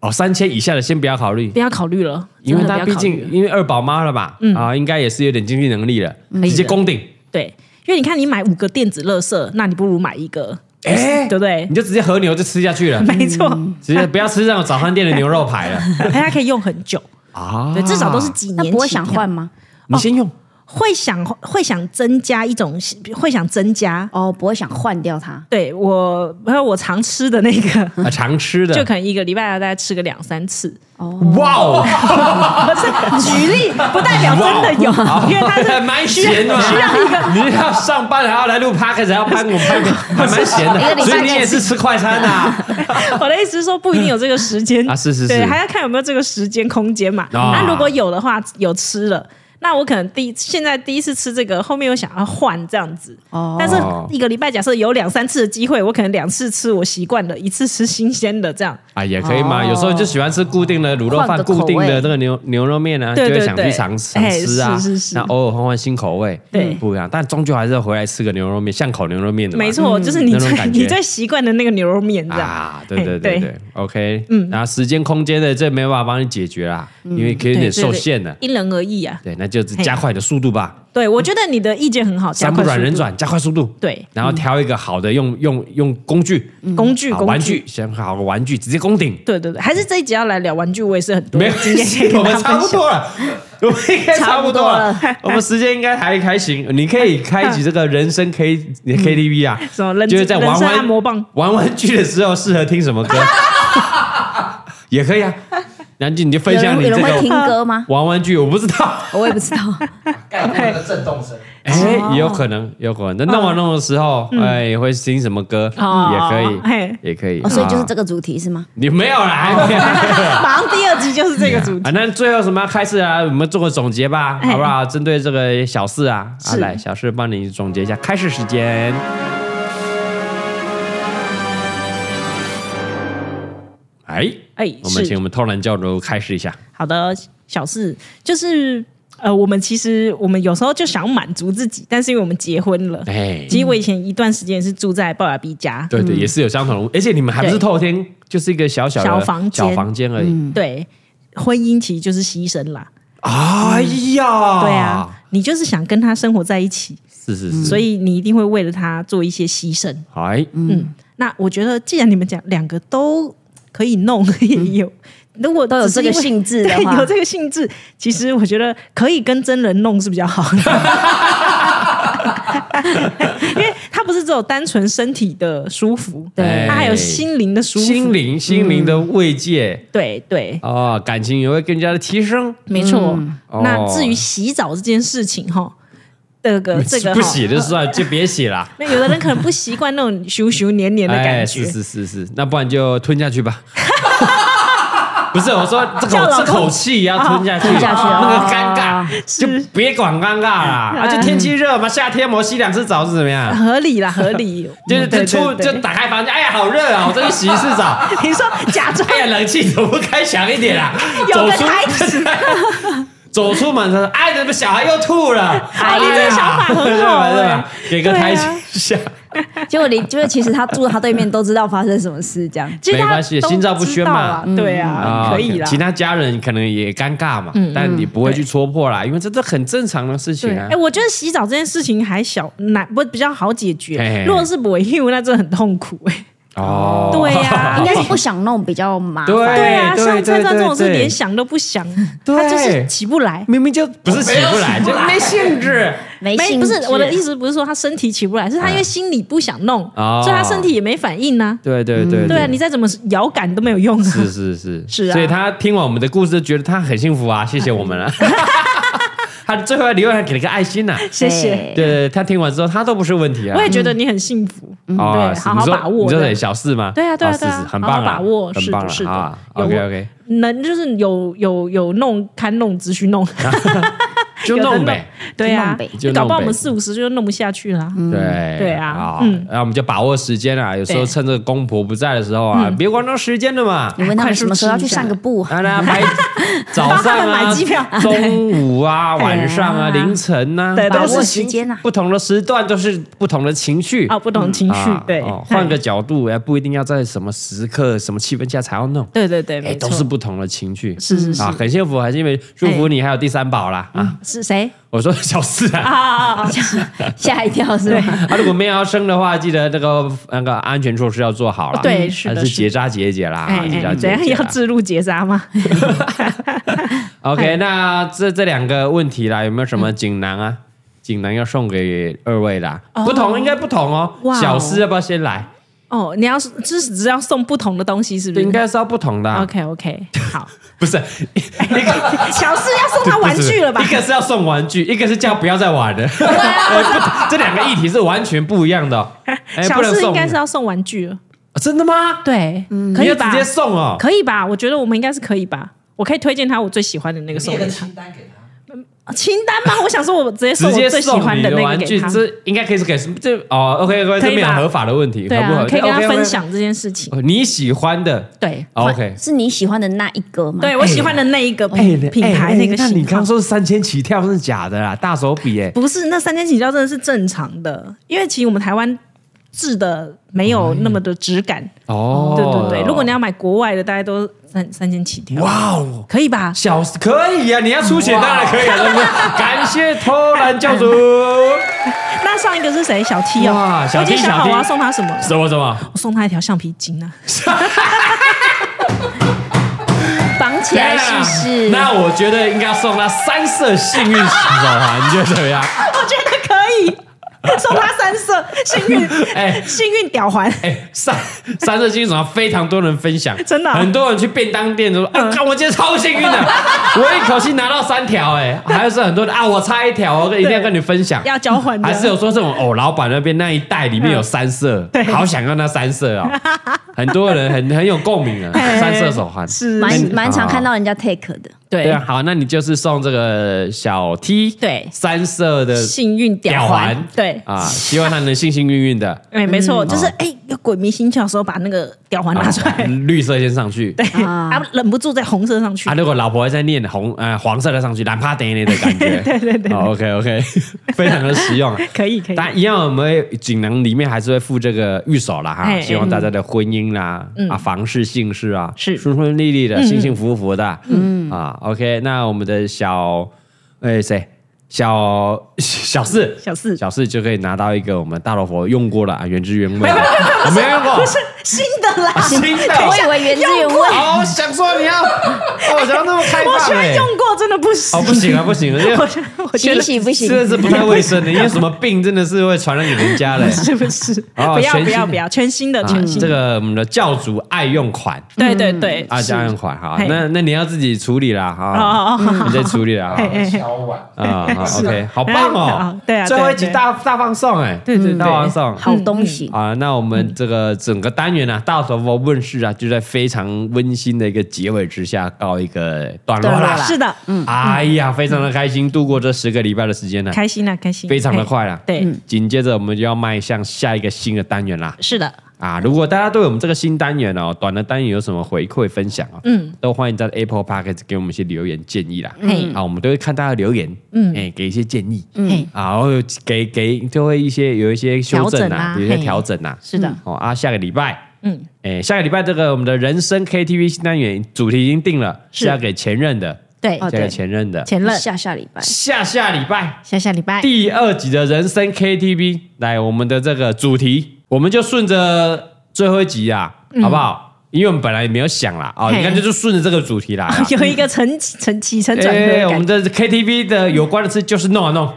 Speaker 1: 哦，三千以下的先不要考虑，
Speaker 2: 不要考虑了，
Speaker 1: 因为
Speaker 2: 真的
Speaker 1: 他
Speaker 2: 不要
Speaker 1: 毕
Speaker 2: 考虑嗯
Speaker 1: 竟
Speaker 2: 了
Speaker 1: 因为二宝妈了吧，啊，应该也是有点经济能力了，
Speaker 2: 以
Speaker 1: 直接
Speaker 2: 的
Speaker 1: 攻顶，
Speaker 2: 对，因为你看你买五个电子垃圾，那你不如买一个，
Speaker 1: 哎，
Speaker 2: 对不对
Speaker 1: 你？就直接和牛就吃下去了，
Speaker 2: 没错，哎
Speaker 1: 直接不要吃那种早餐店的牛肉排了
Speaker 2: 它可以用很久，
Speaker 1: 啊
Speaker 2: 对，至少都是几
Speaker 3: 那
Speaker 2: 年，
Speaker 3: 不会想换。吗？
Speaker 1: 你先用，
Speaker 2: 会想会想增加一种，会想增加。
Speaker 3: 哦，不会想换掉它。
Speaker 2: 对我，还有我常吃的那个，
Speaker 1: 啊，常吃的
Speaker 2: 就可能一个礼拜要大概吃个两三次。
Speaker 1: 哇哦，
Speaker 2: 不是 举例，不代表真的有，因为它是
Speaker 1: 蛮闲的嘛，
Speaker 2: 需要一个
Speaker 1: 你是要上班还要来录 podcast，还要拍我拍个，还蛮闲
Speaker 3: 一个礼
Speaker 1: 的，
Speaker 3: 拜
Speaker 1: 所以你
Speaker 3: 才
Speaker 1: 也是吃快餐 啊？
Speaker 2: 我的意思是说，不一定有这个时间
Speaker 1: 啊是是是
Speaker 2: 对，还要看有没有这个时间空间嘛。那、
Speaker 1: 啊
Speaker 2: 如果有的话，有吃了，那我可能第一现在第一次吃这个，后面又想要换这样子。
Speaker 3: 哦
Speaker 2: 但是一个礼拜假设有两三次的机会，我可能两次吃我习惯了，一次吃新鲜的这样。
Speaker 1: 啊，也可以嘛，
Speaker 3: 哦
Speaker 1: 有时候就喜欢吃固定的卤肉
Speaker 3: 换
Speaker 1: 饭、
Speaker 3: 个口味
Speaker 1: 固定的那个牛牛肉面啊，就
Speaker 2: 对对
Speaker 1: 会想去
Speaker 2: 对
Speaker 1: 尝尝
Speaker 2: 哎
Speaker 1: 吃啊
Speaker 2: 是是是，
Speaker 1: 那偶尔换换新口味，
Speaker 2: 对
Speaker 1: 不一样，但终究还是要回来吃个牛肉面，巷口牛肉面的嘛，
Speaker 2: 没错，就是你
Speaker 1: 那种
Speaker 2: 最
Speaker 1: 感觉
Speaker 2: 你最习惯的那个牛肉面这样。哎
Speaker 1: 啊，对对对
Speaker 2: 嘿
Speaker 1: 对，OK，嗯，然后时间空间的这没办法帮你解决啦，因为可以有
Speaker 2: 嗯对
Speaker 1: 点
Speaker 2: 对
Speaker 1: 受
Speaker 2: 对
Speaker 1: 限了。
Speaker 2: 因人而异啊。
Speaker 1: 对，那就加快你的速度吧，
Speaker 2: 对，我觉得你的意见很好，加
Speaker 1: 山不
Speaker 2: 快
Speaker 1: 转
Speaker 2: 速
Speaker 1: 人
Speaker 2: 度
Speaker 1: 转，加快速度。
Speaker 2: 对
Speaker 1: 然后挑一个好的用用用工具，
Speaker 2: 工具
Speaker 1: 好
Speaker 2: 工
Speaker 1: 啊玩
Speaker 2: 具。
Speaker 1: 具，选好个玩具，直接攻顶。
Speaker 2: 对对对，还是这一集要来聊玩具，我也是很多
Speaker 1: 没有
Speaker 2: 经验可以，
Speaker 1: 我
Speaker 2: 跟大
Speaker 1: 们
Speaker 2: 家
Speaker 1: 差
Speaker 2: 分
Speaker 1: 不
Speaker 2: 享。
Speaker 1: 多了， 我们应该差不多了
Speaker 3: 差，
Speaker 1: 我们时间应该还还行。你可以开启这个人生 K KTV 啊，
Speaker 2: 嗯什么人
Speaker 1: 就是在玩
Speaker 2: 人生按摩
Speaker 1: 玩
Speaker 2: 棒
Speaker 1: 玩玩具的时候适合听什 么歌，也可以啊。然后你就分
Speaker 3: 有
Speaker 1: 享
Speaker 3: 人
Speaker 1: 你
Speaker 3: 有
Speaker 1: 这
Speaker 3: 人会听
Speaker 1: 个
Speaker 3: 歌 吗？
Speaker 1: 玩玩具，我不知道。
Speaker 3: 我也不知道。
Speaker 4: 盖过那个震动声。
Speaker 1: 哎，
Speaker 2: 哦
Speaker 1: 也有可能，有可能。那弄完弄的时候，哎，也会听什么歌，
Speaker 2: 嗯哦
Speaker 1: 也可以
Speaker 2: 嘿，
Speaker 1: 也可以。
Speaker 3: 哦，所以就是这
Speaker 1: 啊，
Speaker 3: 个主题是吗？
Speaker 1: 你没有 啦，还没有
Speaker 2: 马上第二集就是这 个主题。
Speaker 1: 啊。那最后什么开始啊？我们做个总结吧，
Speaker 2: 哎
Speaker 1: 好不好？针对这个小事啊，啊，
Speaker 2: 是
Speaker 1: 来，小事帮你总结一下。开始时间，哎
Speaker 2: 哎
Speaker 1: 我们
Speaker 2: 是
Speaker 1: 请我们偷懒教主开始一下。
Speaker 2: 好的，小事就是呃，我们其实我们有时候就想满足自己，但是因为我们结婚了，
Speaker 1: 哎，
Speaker 2: 其实我以前一段时间也是住在龅牙 B 家，
Speaker 1: 对对，也是有相同的，而且你们还不是
Speaker 2: 对
Speaker 1: 透天，就是一个小小的
Speaker 2: 小房间嗯
Speaker 1: 小房间而已。
Speaker 2: 对，婚姻其实就是牺牲啦，
Speaker 1: 哎呀，
Speaker 2: 对啊，，你就是想跟他生活在一起，
Speaker 1: 是是
Speaker 3: 嗯
Speaker 1: 是，
Speaker 2: 所以你一定会为了他做一些牺牲。
Speaker 1: 哎，
Speaker 2: 嗯，那我觉得既然你们讲两个都可以弄，也有。如果
Speaker 3: 都有
Speaker 2: 只是
Speaker 3: 这个
Speaker 2: 因为
Speaker 3: 性质 的
Speaker 2: 对，
Speaker 3: 话
Speaker 2: 有这个性质，其实我觉得可以跟真人弄是比 较好的，因为它不是只有单纯身体的舒服，
Speaker 1: 对
Speaker 2: 它还有心灵的舒服，
Speaker 1: 心，灵心灵的慰藉
Speaker 2: 对对，
Speaker 1: 啊、哦，感情也会更加的提升。
Speaker 2: 没错。
Speaker 1: 哦
Speaker 2: 那至于洗澡这件事情，哈，这个这 个
Speaker 1: 不
Speaker 2: 哈
Speaker 1: 洗就算，就别洗啦。
Speaker 2: 那有的人可能不习惯 那种咻咻黏黏的感
Speaker 1: 哎，
Speaker 2: 觉，
Speaker 1: 是是是是，那不然就吞下去 吧。不是我说这
Speaker 2: 叫
Speaker 1: 口
Speaker 2: 老
Speaker 1: 这
Speaker 2: 公啊
Speaker 1: 口气要吞下去，
Speaker 3: 吞下去
Speaker 1: 那个
Speaker 3: 哦
Speaker 1: 尴尬就别管尴尬 啦。
Speaker 2: 哎
Speaker 1: 啊，就天气热嘛，夏天我洗两次澡是怎么样？
Speaker 2: 合理啦，合 理。
Speaker 1: 就是
Speaker 2: 嗯对
Speaker 1: 出
Speaker 2: 对对
Speaker 1: 就打开房间，哎呀好热啊，我再去洗一次澡。
Speaker 2: 你说假装
Speaker 1: 哎呀，冷气怎么不开强一点啊？
Speaker 2: 有
Speaker 1: 走
Speaker 2: 个
Speaker 1: 出
Speaker 2: 台词
Speaker 1: 走出门的时候，哎，怎么小孩又吐 了？哎
Speaker 2: 你这个想法很好
Speaker 1: 对吧
Speaker 2: 哎
Speaker 1: 对吧给个
Speaker 2: 对啊
Speaker 1: 台阶下，
Speaker 3: 结果你就是其实他住他对面都知道发生什么事，这样。
Speaker 2: 其实
Speaker 1: 没
Speaker 2: 大
Speaker 1: 关
Speaker 2: 家
Speaker 1: 系
Speaker 2: 都
Speaker 1: 心照不宣嘛
Speaker 2: 知道啊对啊，可以啦。
Speaker 1: 嗯
Speaker 2: 嗯
Speaker 1: 其他家人可能也尴尬嘛，但你不会去戳破啦，因为这这很正常的事
Speaker 2: 对，
Speaker 1: 情啊
Speaker 2: 哎，。我觉得洗澡这件事情还小难，不比较好解决。
Speaker 1: 嘿嘿嘿
Speaker 2: 如果是不因为那真的很痛苦哎。
Speaker 1: 哦，
Speaker 2: 对啊呀
Speaker 3: 应该是不想弄比较麻烦。
Speaker 1: 对
Speaker 2: 对啊，
Speaker 1: 对
Speaker 2: 像菜菜这种
Speaker 1: 对
Speaker 2: 是
Speaker 1: 对
Speaker 2: 连想都不想，
Speaker 1: 对
Speaker 2: 他就是起不来。
Speaker 1: 明明就不是起不来，就没兴致。
Speaker 3: 没
Speaker 2: 没
Speaker 3: 兴啊
Speaker 2: 不是
Speaker 3: 致
Speaker 2: 我的意思，不是说他身体起不来，是他因为心里不想弄，
Speaker 1: 啊哦
Speaker 2: 所以他身体也没反应呐。
Speaker 1: 对对对
Speaker 2: 对啊，你再怎么摇杆都没有用啊。
Speaker 1: 是是是
Speaker 2: 是啊
Speaker 1: 所以他听完我们的故事，觉得他很幸福啊，谢谢我们 了。他最后留言还给了个爱心呐、 啊
Speaker 2: 谢谢，
Speaker 1: 对对，他听完之后，他都不是问题啊。
Speaker 2: 我也觉得你很幸福。
Speaker 3: 嗯
Speaker 1: 哦
Speaker 2: 嗯对
Speaker 1: 是
Speaker 2: 好好
Speaker 1: 你说
Speaker 2: 把握
Speaker 1: 你说
Speaker 2: 对
Speaker 1: 很小事嘛？
Speaker 2: 对啊对啊
Speaker 1: 哦
Speaker 2: 对啊
Speaker 1: 是是很棒
Speaker 2: 好
Speaker 1: 啊，
Speaker 2: 好把握
Speaker 1: 很棒啊
Speaker 2: 是的
Speaker 1: 啊
Speaker 2: 是的
Speaker 1: ，OK
Speaker 2: 有
Speaker 1: OK，
Speaker 2: 能就是有有有弄堪弄只需弄，
Speaker 1: 啊就
Speaker 2: 有的
Speaker 1: 弄
Speaker 2: 弄
Speaker 1: 呗。
Speaker 2: 对啊
Speaker 3: 弄呗，
Speaker 1: 就弄呗
Speaker 2: 搞不好我们四五十就弄不下去啦。
Speaker 1: 对
Speaker 2: 对啊
Speaker 1: 嗯，然后我们就把握时间啊，有时候
Speaker 2: 对嗯
Speaker 1: 趁这个公婆不在的时候啊，别光弄时间了 嘛。
Speaker 3: 你问他们什么时候要去散个步？
Speaker 1: 啊，那买早
Speaker 2: 帮他
Speaker 1: 上
Speaker 2: 们
Speaker 1: 啊，
Speaker 2: 买机票
Speaker 1: 中午 啊，晚上啊，
Speaker 3: 哎呀
Speaker 1: 凌晨啊，
Speaker 2: 对
Speaker 1: 都
Speaker 2: 把
Speaker 1: 是
Speaker 2: 握
Speaker 3: 时间啊
Speaker 1: 不同的时段都是不同的情绪
Speaker 2: 啊，不同情绪
Speaker 1: 啊，
Speaker 2: 对
Speaker 1: 哦，换个角度，哎，不一定要在什么时刻、什么气氛下才要弄。
Speaker 2: 对对对，没
Speaker 1: 哎，
Speaker 2: 错
Speaker 1: 都是不同的情绪，
Speaker 2: 是是是
Speaker 1: 啊，很幸福，还是因为祝福你，还有第三宝啦啊！
Speaker 2: 是谁
Speaker 1: 我说小四啊，
Speaker 2: 啊？
Speaker 3: 吓一跳是吧？
Speaker 1: 啊，如果没有要生的话，记得那个那个安全措施要做好了，嗯
Speaker 2: 对是的
Speaker 1: 还是
Speaker 2: 是的
Speaker 1: 结扎结一结啦，啊
Speaker 2: 哎
Speaker 1: 结扎
Speaker 2: 哎，
Speaker 1: 结
Speaker 2: 怎
Speaker 1: 一
Speaker 2: 样
Speaker 1: 结
Speaker 2: 要
Speaker 1: 啦。
Speaker 2: 自入结扎吗？哎嗯
Speaker 1: OK，那这这两个问题啦，有没有什么锦囊啊？锦囊要送给二位啦，
Speaker 2: 哦
Speaker 1: 不同应该不同哦
Speaker 2: 哇。哦
Speaker 1: 小诗要不要先来？
Speaker 2: 哦，你要是就是只要送不同的东西，是不是？
Speaker 1: 应该是要不同的啊、
Speaker 2: 嗯 OK OK，好，
Speaker 1: 不是一一个
Speaker 2: 乔氏要送他玩具了吧
Speaker 1: 不？是一个是要送玩具，一个是叫不要再玩了。 哎不这两个议题是完全不一样的、哦。哎，
Speaker 2: 乔
Speaker 1: 不能
Speaker 2: 氏应
Speaker 1: 送
Speaker 2: 该是要送玩具了，嗯
Speaker 1: 啊真的吗？
Speaker 2: 对，可
Speaker 1: 你
Speaker 2: 以
Speaker 1: 要
Speaker 2: 吧
Speaker 1: 直？接送哦。
Speaker 2: 可以吧？我觉得我们应该是可以吧？我可以推荐他我最喜欢的那个送
Speaker 4: 列
Speaker 2: 给
Speaker 4: 个
Speaker 2: 他
Speaker 4: 清单给他，
Speaker 2: 清单吗？我想说，我直接送
Speaker 1: 直
Speaker 2: 我
Speaker 1: 接
Speaker 2: 最喜
Speaker 1: 送
Speaker 2: 欢
Speaker 1: 你
Speaker 2: 那
Speaker 1: 玩
Speaker 2: 个
Speaker 1: 具
Speaker 2: 给，他。
Speaker 1: 这应该可以是给这哦，OK OK，
Speaker 2: 可
Speaker 1: 这
Speaker 2: 以吧
Speaker 1: 没有合法的问题，
Speaker 2: 对
Speaker 1: 合不
Speaker 2: 啊
Speaker 1: 合？，
Speaker 2: 可以跟他
Speaker 1: OK，OK，
Speaker 2: 分享这件事情。
Speaker 1: 你喜欢的
Speaker 2: 对，
Speaker 1: 哦 OK。
Speaker 3: 是你喜欢的那一个吗？
Speaker 2: 对我喜欢的那一个
Speaker 1: 哎
Speaker 2: 品品牌那个
Speaker 1: 那你
Speaker 2: 型
Speaker 1: 刚
Speaker 2: 号
Speaker 1: 刚。说是三千起跳是假的啦，大手笔哎，
Speaker 2: 不是，那三千起跳真的是正常的，因为其实我们台湾制的没有那么的质感，
Speaker 1: 哦，
Speaker 2: 对对对。如果你要买国外的，大概都三三千起跳，
Speaker 1: 哇哦，
Speaker 2: 可以吧？
Speaker 1: 小可以啊，你要出钱当然可以啊，对不对？感谢偷懒教 主，
Speaker 2: 那上一个是谁？小 T 哦，
Speaker 1: 哇小 T，
Speaker 2: 我已经想
Speaker 1: 小
Speaker 2: 好
Speaker 1: T
Speaker 2: 我要送他什么了，
Speaker 1: 什么什么？
Speaker 2: 我送他一条橡皮筋啊，
Speaker 3: 绑起来试试。
Speaker 1: 那我觉得应该送他三色幸运手环，你觉得怎么 样？
Speaker 2: 我觉得 可以。送他三色幸运，
Speaker 1: 哎
Speaker 2: 幸运吊环，
Speaker 1: 哎，三三色幸运手环非常多人分享，
Speaker 2: 真的啊嗯
Speaker 1: 很多人去便当店都说：“啊，看我今天超幸 运的，我一口气拿到三条。”哎，还有是很多人啊，我差一条，我一定要跟你分享。
Speaker 2: 要嗯交换的，
Speaker 1: 还是有说这种哦，老板那边那一袋里面有三色，好想要那三色 哦。很多人很很有共鸣啊，
Speaker 2: 哎
Speaker 1: 三色手环
Speaker 2: 是
Speaker 3: 蛮
Speaker 1: 那你
Speaker 3: 蛮常看到人家 take 的，
Speaker 2: 对
Speaker 1: 对啊，好，那你就是送这个小 T
Speaker 2: 对
Speaker 1: 三色的
Speaker 2: 幸运吊
Speaker 1: 吊环
Speaker 2: 环，对，
Speaker 1: 啊，嗯哦希望他能幸幸运运 的。
Speaker 2: 哎，没错，就是哎，要鬼迷心窍的时候把那个吊环拿出来，
Speaker 1: 啊绿色先上去。
Speaker 2: 对，
Speaker 3: 啊
Speaker 2: 他忍不住在红色上去
Speaker 1: 啊，。如果老婆还在念红呃黄色的上去，蓝帕点点的感觉。
Speaker 2: 对对对
Speaker 1: 好，OK OK，非 常的实用啊。
Speaker 2: 可以可以，
Speaker 1: 但一样，我们锦囊里面还是会附这个玉手啦哈，
Speaker 2: 哎
Speaker 1: 希望大家的婚姻啦、啊房事姓氏啊
Speaker 2: 嗯是
Speaker 1: 顺顺利利的、幸幸福福的。嗯啊，OK，那我们的小哎谁小 小四
Speaker 2: 小四
Speaker 1: 小四就可以拿到一个我们大老婆用过了啊，原汁原味的， 我没用过，不是
Speaker 2: 新啊的啦，
Speaker 1: 新的。
Speaker 3: 我以为原汁原味。
Speaker 1: 哦，想说你要， 哦我想要那么开放
Speaker 2: 我觉
Speaker 1: 哎
Speaker 2: 得用过真的不行，
Speaker 1: 哦，不行啊，不行啊，因为
Speaker 2: 我觉得我觉
Speaker 3: 洗
Speaker 2: 得
Speaker 3: 洗不行
Speaker 1: 真，的是不太卫生的，因为什么病真的是会传染给人家嘞。
Speaker 2: 是不是？
Speaker 1: 哦
Speaker 2: 不
Speaker 1: 全
Speaker 2: 要
Speaker 1: 新
Speaker 2: 不要
Speaker 1: 的啊
Speaker 2: 不要，全新的全新
Speaker 1: 这
Speaker 2: 的，
Speaker 1: 个我们的教主爱用款
Speaker 2: 对对对，
Speaker 1: 啊，
Speaker 2: 是
Speaker 1: 爱用款哈
Speaker 2: 嘿，
Speaker 1: 那那你要自己处理啦
Speaker 2: 哦
Speaker 1: 哈，
Speaker 2: 哦哦，
Speaker 1: 你再处理啦哈。
Speaker 4: 敲碗。
Speaker 1: 啊好，OK，好棒哦
Speaker 2: 啊！对啊
Speaker 1: 最后一
Speaker 2: 对
Speaker 1: 集
Speaker 2: 对
Speaker 1: 大大放送哎，对
Speaker 2: 对对
Speaker 1: 大放送。
Speaker 3: 好东西，
Speaker 1: 啊，那我们这个整个单元啊，大头佛问世啊，就在非常温馨的一个结尾之下告一个段落
Speaker 3: 段落
Speaker 1: 啊啦
Speaker 3: 啦。
Speaker 2: 是的，嗯
Speaker 1: 哎呀，非常的开心，度过这十个礼拜的时间呢，
Speaker 2: 开心啦啊开心，
Speaker 1: 嗯非常的
Speaker 2: 嘿，
Speaker 1: 快啦。
Speaker 2: 对，
Speaker 1: 紧接着我们就要迈向下一个新的单元啦。
Speaker 2: 是的，
Speaker 1: 啊，如果大家对我们这个新单元哦，短的单元有什么回馈分享哦，嗯，都欢迎在 Apple p o d c a s t 给我们一些留言建议啦。
Speaker 2: 嘿
Speaker 1: 啊，我们都会看大家的留言，嗯，哎，给一些建议，嗯，啊，然后给给就会一些有一些修正
Speaker 2: 调整啊
Speaker 1: 有一些
Speaker 2: 嘿
Speaker 1: 调整啊，
Speaker 2: 是的，
Speaker 1: 哦啊，下个礼拜，
Speaker 2: 嗯
Speaker 1: 嗯，哎，下个礼拜这个我们的人生 KTV 新单元主题已经定了，是
Speaker 2: 是哦
Speaker 1: 要给前任的，
Speaker 2: 对
Speaker 1: 交给前任的，
Speaker 2: 前任
Speaker 3: 下下礼拜
Speaker 1: 下下礼拜
Speaker 2: 下下礼拜
Speaker 1: 第二集的人生 KTV，来我们的这个主题，我们就顺着最后一集啊，好不好？因为我们本来也没有想啦，啊、哦，
Speaker 2: 嗯嘿。
Speaker 1: 你看这就顺着这个主题来啦
Speaker 2: 有一个承承起承转合
Speaker 1: 哎
Speaker 2: 的
Speaker 1: 我
Speaker 2: 感
Speaker 1: 们
Speaker 2: 觉，
Speaker 1: 的 KTV 的有关的事就是弄啊弄，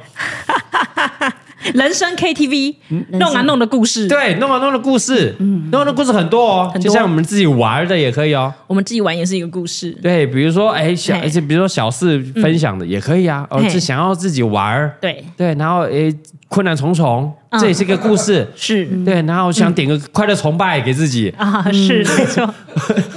Speaker 2: 人生 KTV 弄啊弄的故事，
Speaker 1: 对，弄啊弄的故事，弄啊弄的故事很多哦，
Speaker 2: 嗯很多
Speaker 1: 就像我们自己玩的也可以哦。
Speaker 2: 我们自己玩也是一个故事，
Speaker 1: 对，比如说哎小，
Speaker 2: 嘿嗯
Speaker 1: 而且比如说小事分享的也可以啊，哦，
Speaker 2: 嘿
Speaker 1: 是想要自己玩儿，
Speaker 2: 对，
Speaker 1: 对，然后哎困难重重，
Speaker 2: 嗯
Speaker 1: 这也是个故事，
Speaker 2: 是
Speaker 1: 对，然后想点个快乐崇拜给自己，
Speaker 2: 嗯啊，是
Speaker 1: 嗯
Speaker 2: 没错，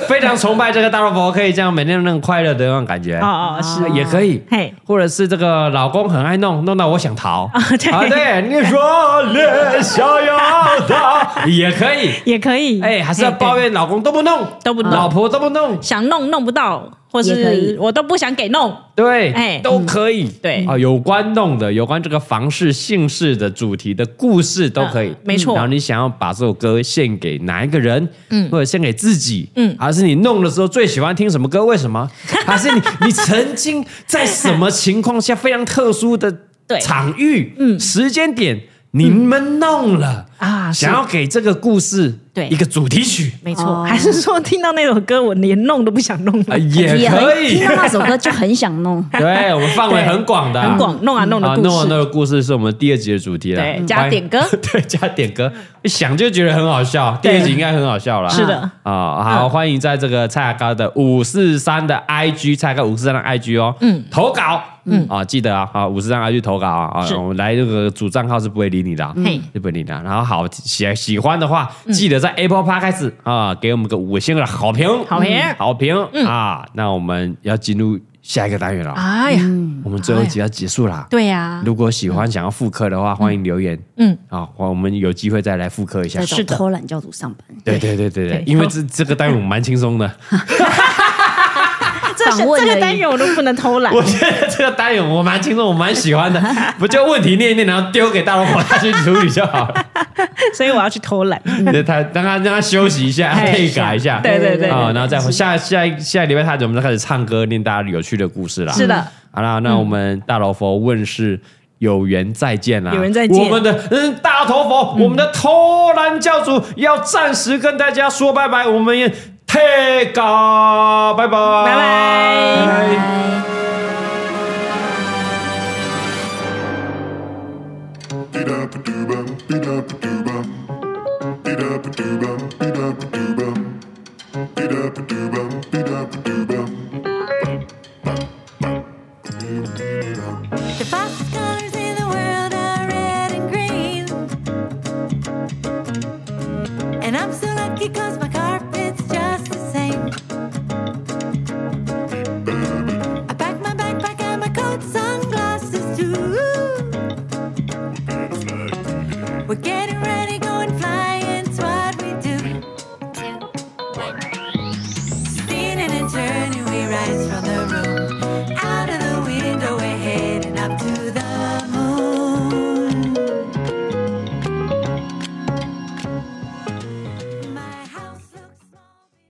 Speaker 1: 非常崇拜这个大老婆，可以这样每天那种快乐的那种感觉，
Speaker 2: 哦哦是
Speaker 1: 也可以。
Speaker 2: 嘿。哦
Speaker 1: 或者是这个老公很爱弄，弄到我想逃啊
Speaker 2: 对
Speaker 1: 对，你 热烈想要逃也可以。
Speaker 2: 也可以，
Speaker 1: 哎，还是要
Speaker 2: 嘿
Speaker 1: 抱
Speaker 2: 对
Speaker 1: 怨老啊公都不弄，
Speaker 2: 都不弄
Speaker 1: 老婆都不弄，
Speaker 2: 想弄弄不到，或
Speaker 3: 也可以
Speaker 2: 是我都不想给弄。
Speaker 1: 对，
Speaker 2: 哎
Speaker 1: 都可以。
Speaker 2: 对
Speaker 1: 啊，有关弄的，有关这个房事、姓氏的主题的故事都可以
Speaker 2: 嗯，没错
Speaker 1: 然后你想要把这首歌献给哪一个人？嗯，或者献给自己？
Speaker 2: 嗯
Speaker 1: 还是你弄的时候最喜欢听什么歌？为什 么？还是你你曾经在什么情况下非常特殊的
Speaker 2: 对
Speaker 1: 场域、嗯时间点，你们弄了。
Speaker 2: 啊，是
Speaker 1: 想要给这个故事
Speaker 2: 对
Speaker 1: 一个主题曲
Speaker 2: 没错，
Speaker 3: 哦
Speaker 2: 还是说听到那首歌我连弄都不想弄
Speaker 1: 啊、
Speaker 2: 了，
Speaker 1: 也
Speaker 3: 很
Speaker 1: 可以
Speaker 3: 听。到那首歌就很想弄。
Speaker 1: 对我们范围很广的啊、
Speaker 2: 很广，弄啊弄的
Speaker 1: 啊，
Speaker 2: 故
Speaker 1: 弄完
Speaker 2: 事，
Speaker 1: 那个故事是我们第二集的主题了，
Speaker 2: 对
Speaker 1: 嗯
Speaker 3: 加点歌
Speaker 1: 对，加点歌，一想就觉得很好笑。第
Speaker 2: 对
Speaker 1: 二集应该很好笑了，
Speaker 2: 是的嗯
Speaker 1: 啊、好，欢迎在这个蔡雅高的五四三的 IG，蔡雅高五四三的 IG 哦，嗯，投稿，嗯啊，记得啊，啊，五四三 IG 投稿啊，啊
Speaker 2: 是，
Speaker 1: 我们来这个主账号是不会理你的、啊，
Speaker 2: 嘿嗯
Speaker 1: 是不会理你的啊。然后好喜喜欢的话，记得在 Apple Park 开始啊，给我们个五星的好评，
Speaker 2: 好评
Speaker 1: 嗯好评、啊。那我们要进入下一个单元了，
Speaker 2: 哎呀，
Speaker 1: 我们最后一集要结束啦。
Speaker 2: 对呀，
Speaker 1: 如果喜欢想要复刻的话，欢迎留言。
Speaker 2: 嗯，
Speaker 1: 啊，我我们有机会再来复刻一下
Speaker 3: 在。
Speaker 2: 是的
Speaker 3: 偷懒教主上班，
Speaker 1: 对对对对对
Speaker 2: 对，
Speaker 1: 因为这这个单元我蛮轻松的，
Speaker 2: 这个
Speaker 3: 访问
Speaker 2: 这
Speaker 3: 而
Speaker 2: 个
Speaker 3: 已
Speaker 2: 单元我都不能偷懒，
Speaker 1: 我觉得这个单元我蛮轻松，我蛮喜欢 的。不就问题念一念，然后丢给大老婆他去处理就好 了。
Speaker 2: 所以我要去偷懒。
Speaker 1: 对他让他让他休息一下，
Speaker 2: 哎
Speaker 1: 配改一下。
Speaker 2: 对对对对
Speaker 1: 啊，
Speaker 2: 对
Speaker 1: 然后再下下一下一礼拜开始，我们再开始唱歌，念大家有趣的故事啦。嗯
Speaker 2: 是的，嗯
Speaker 1: 好啦，那我们大老佛问世。有缘再见啦！
Speaker 2: 有缘再见
Speaker 1: 我们的嗯大头佛，我们的偷懒教主要暂时跟大家说拜拜，我们也退稿，拜拜，
Speaker 2: 拜拜
Speaker 5: We're getting ready, going flying, it's what we do. Spinning and turning, we rise from the room.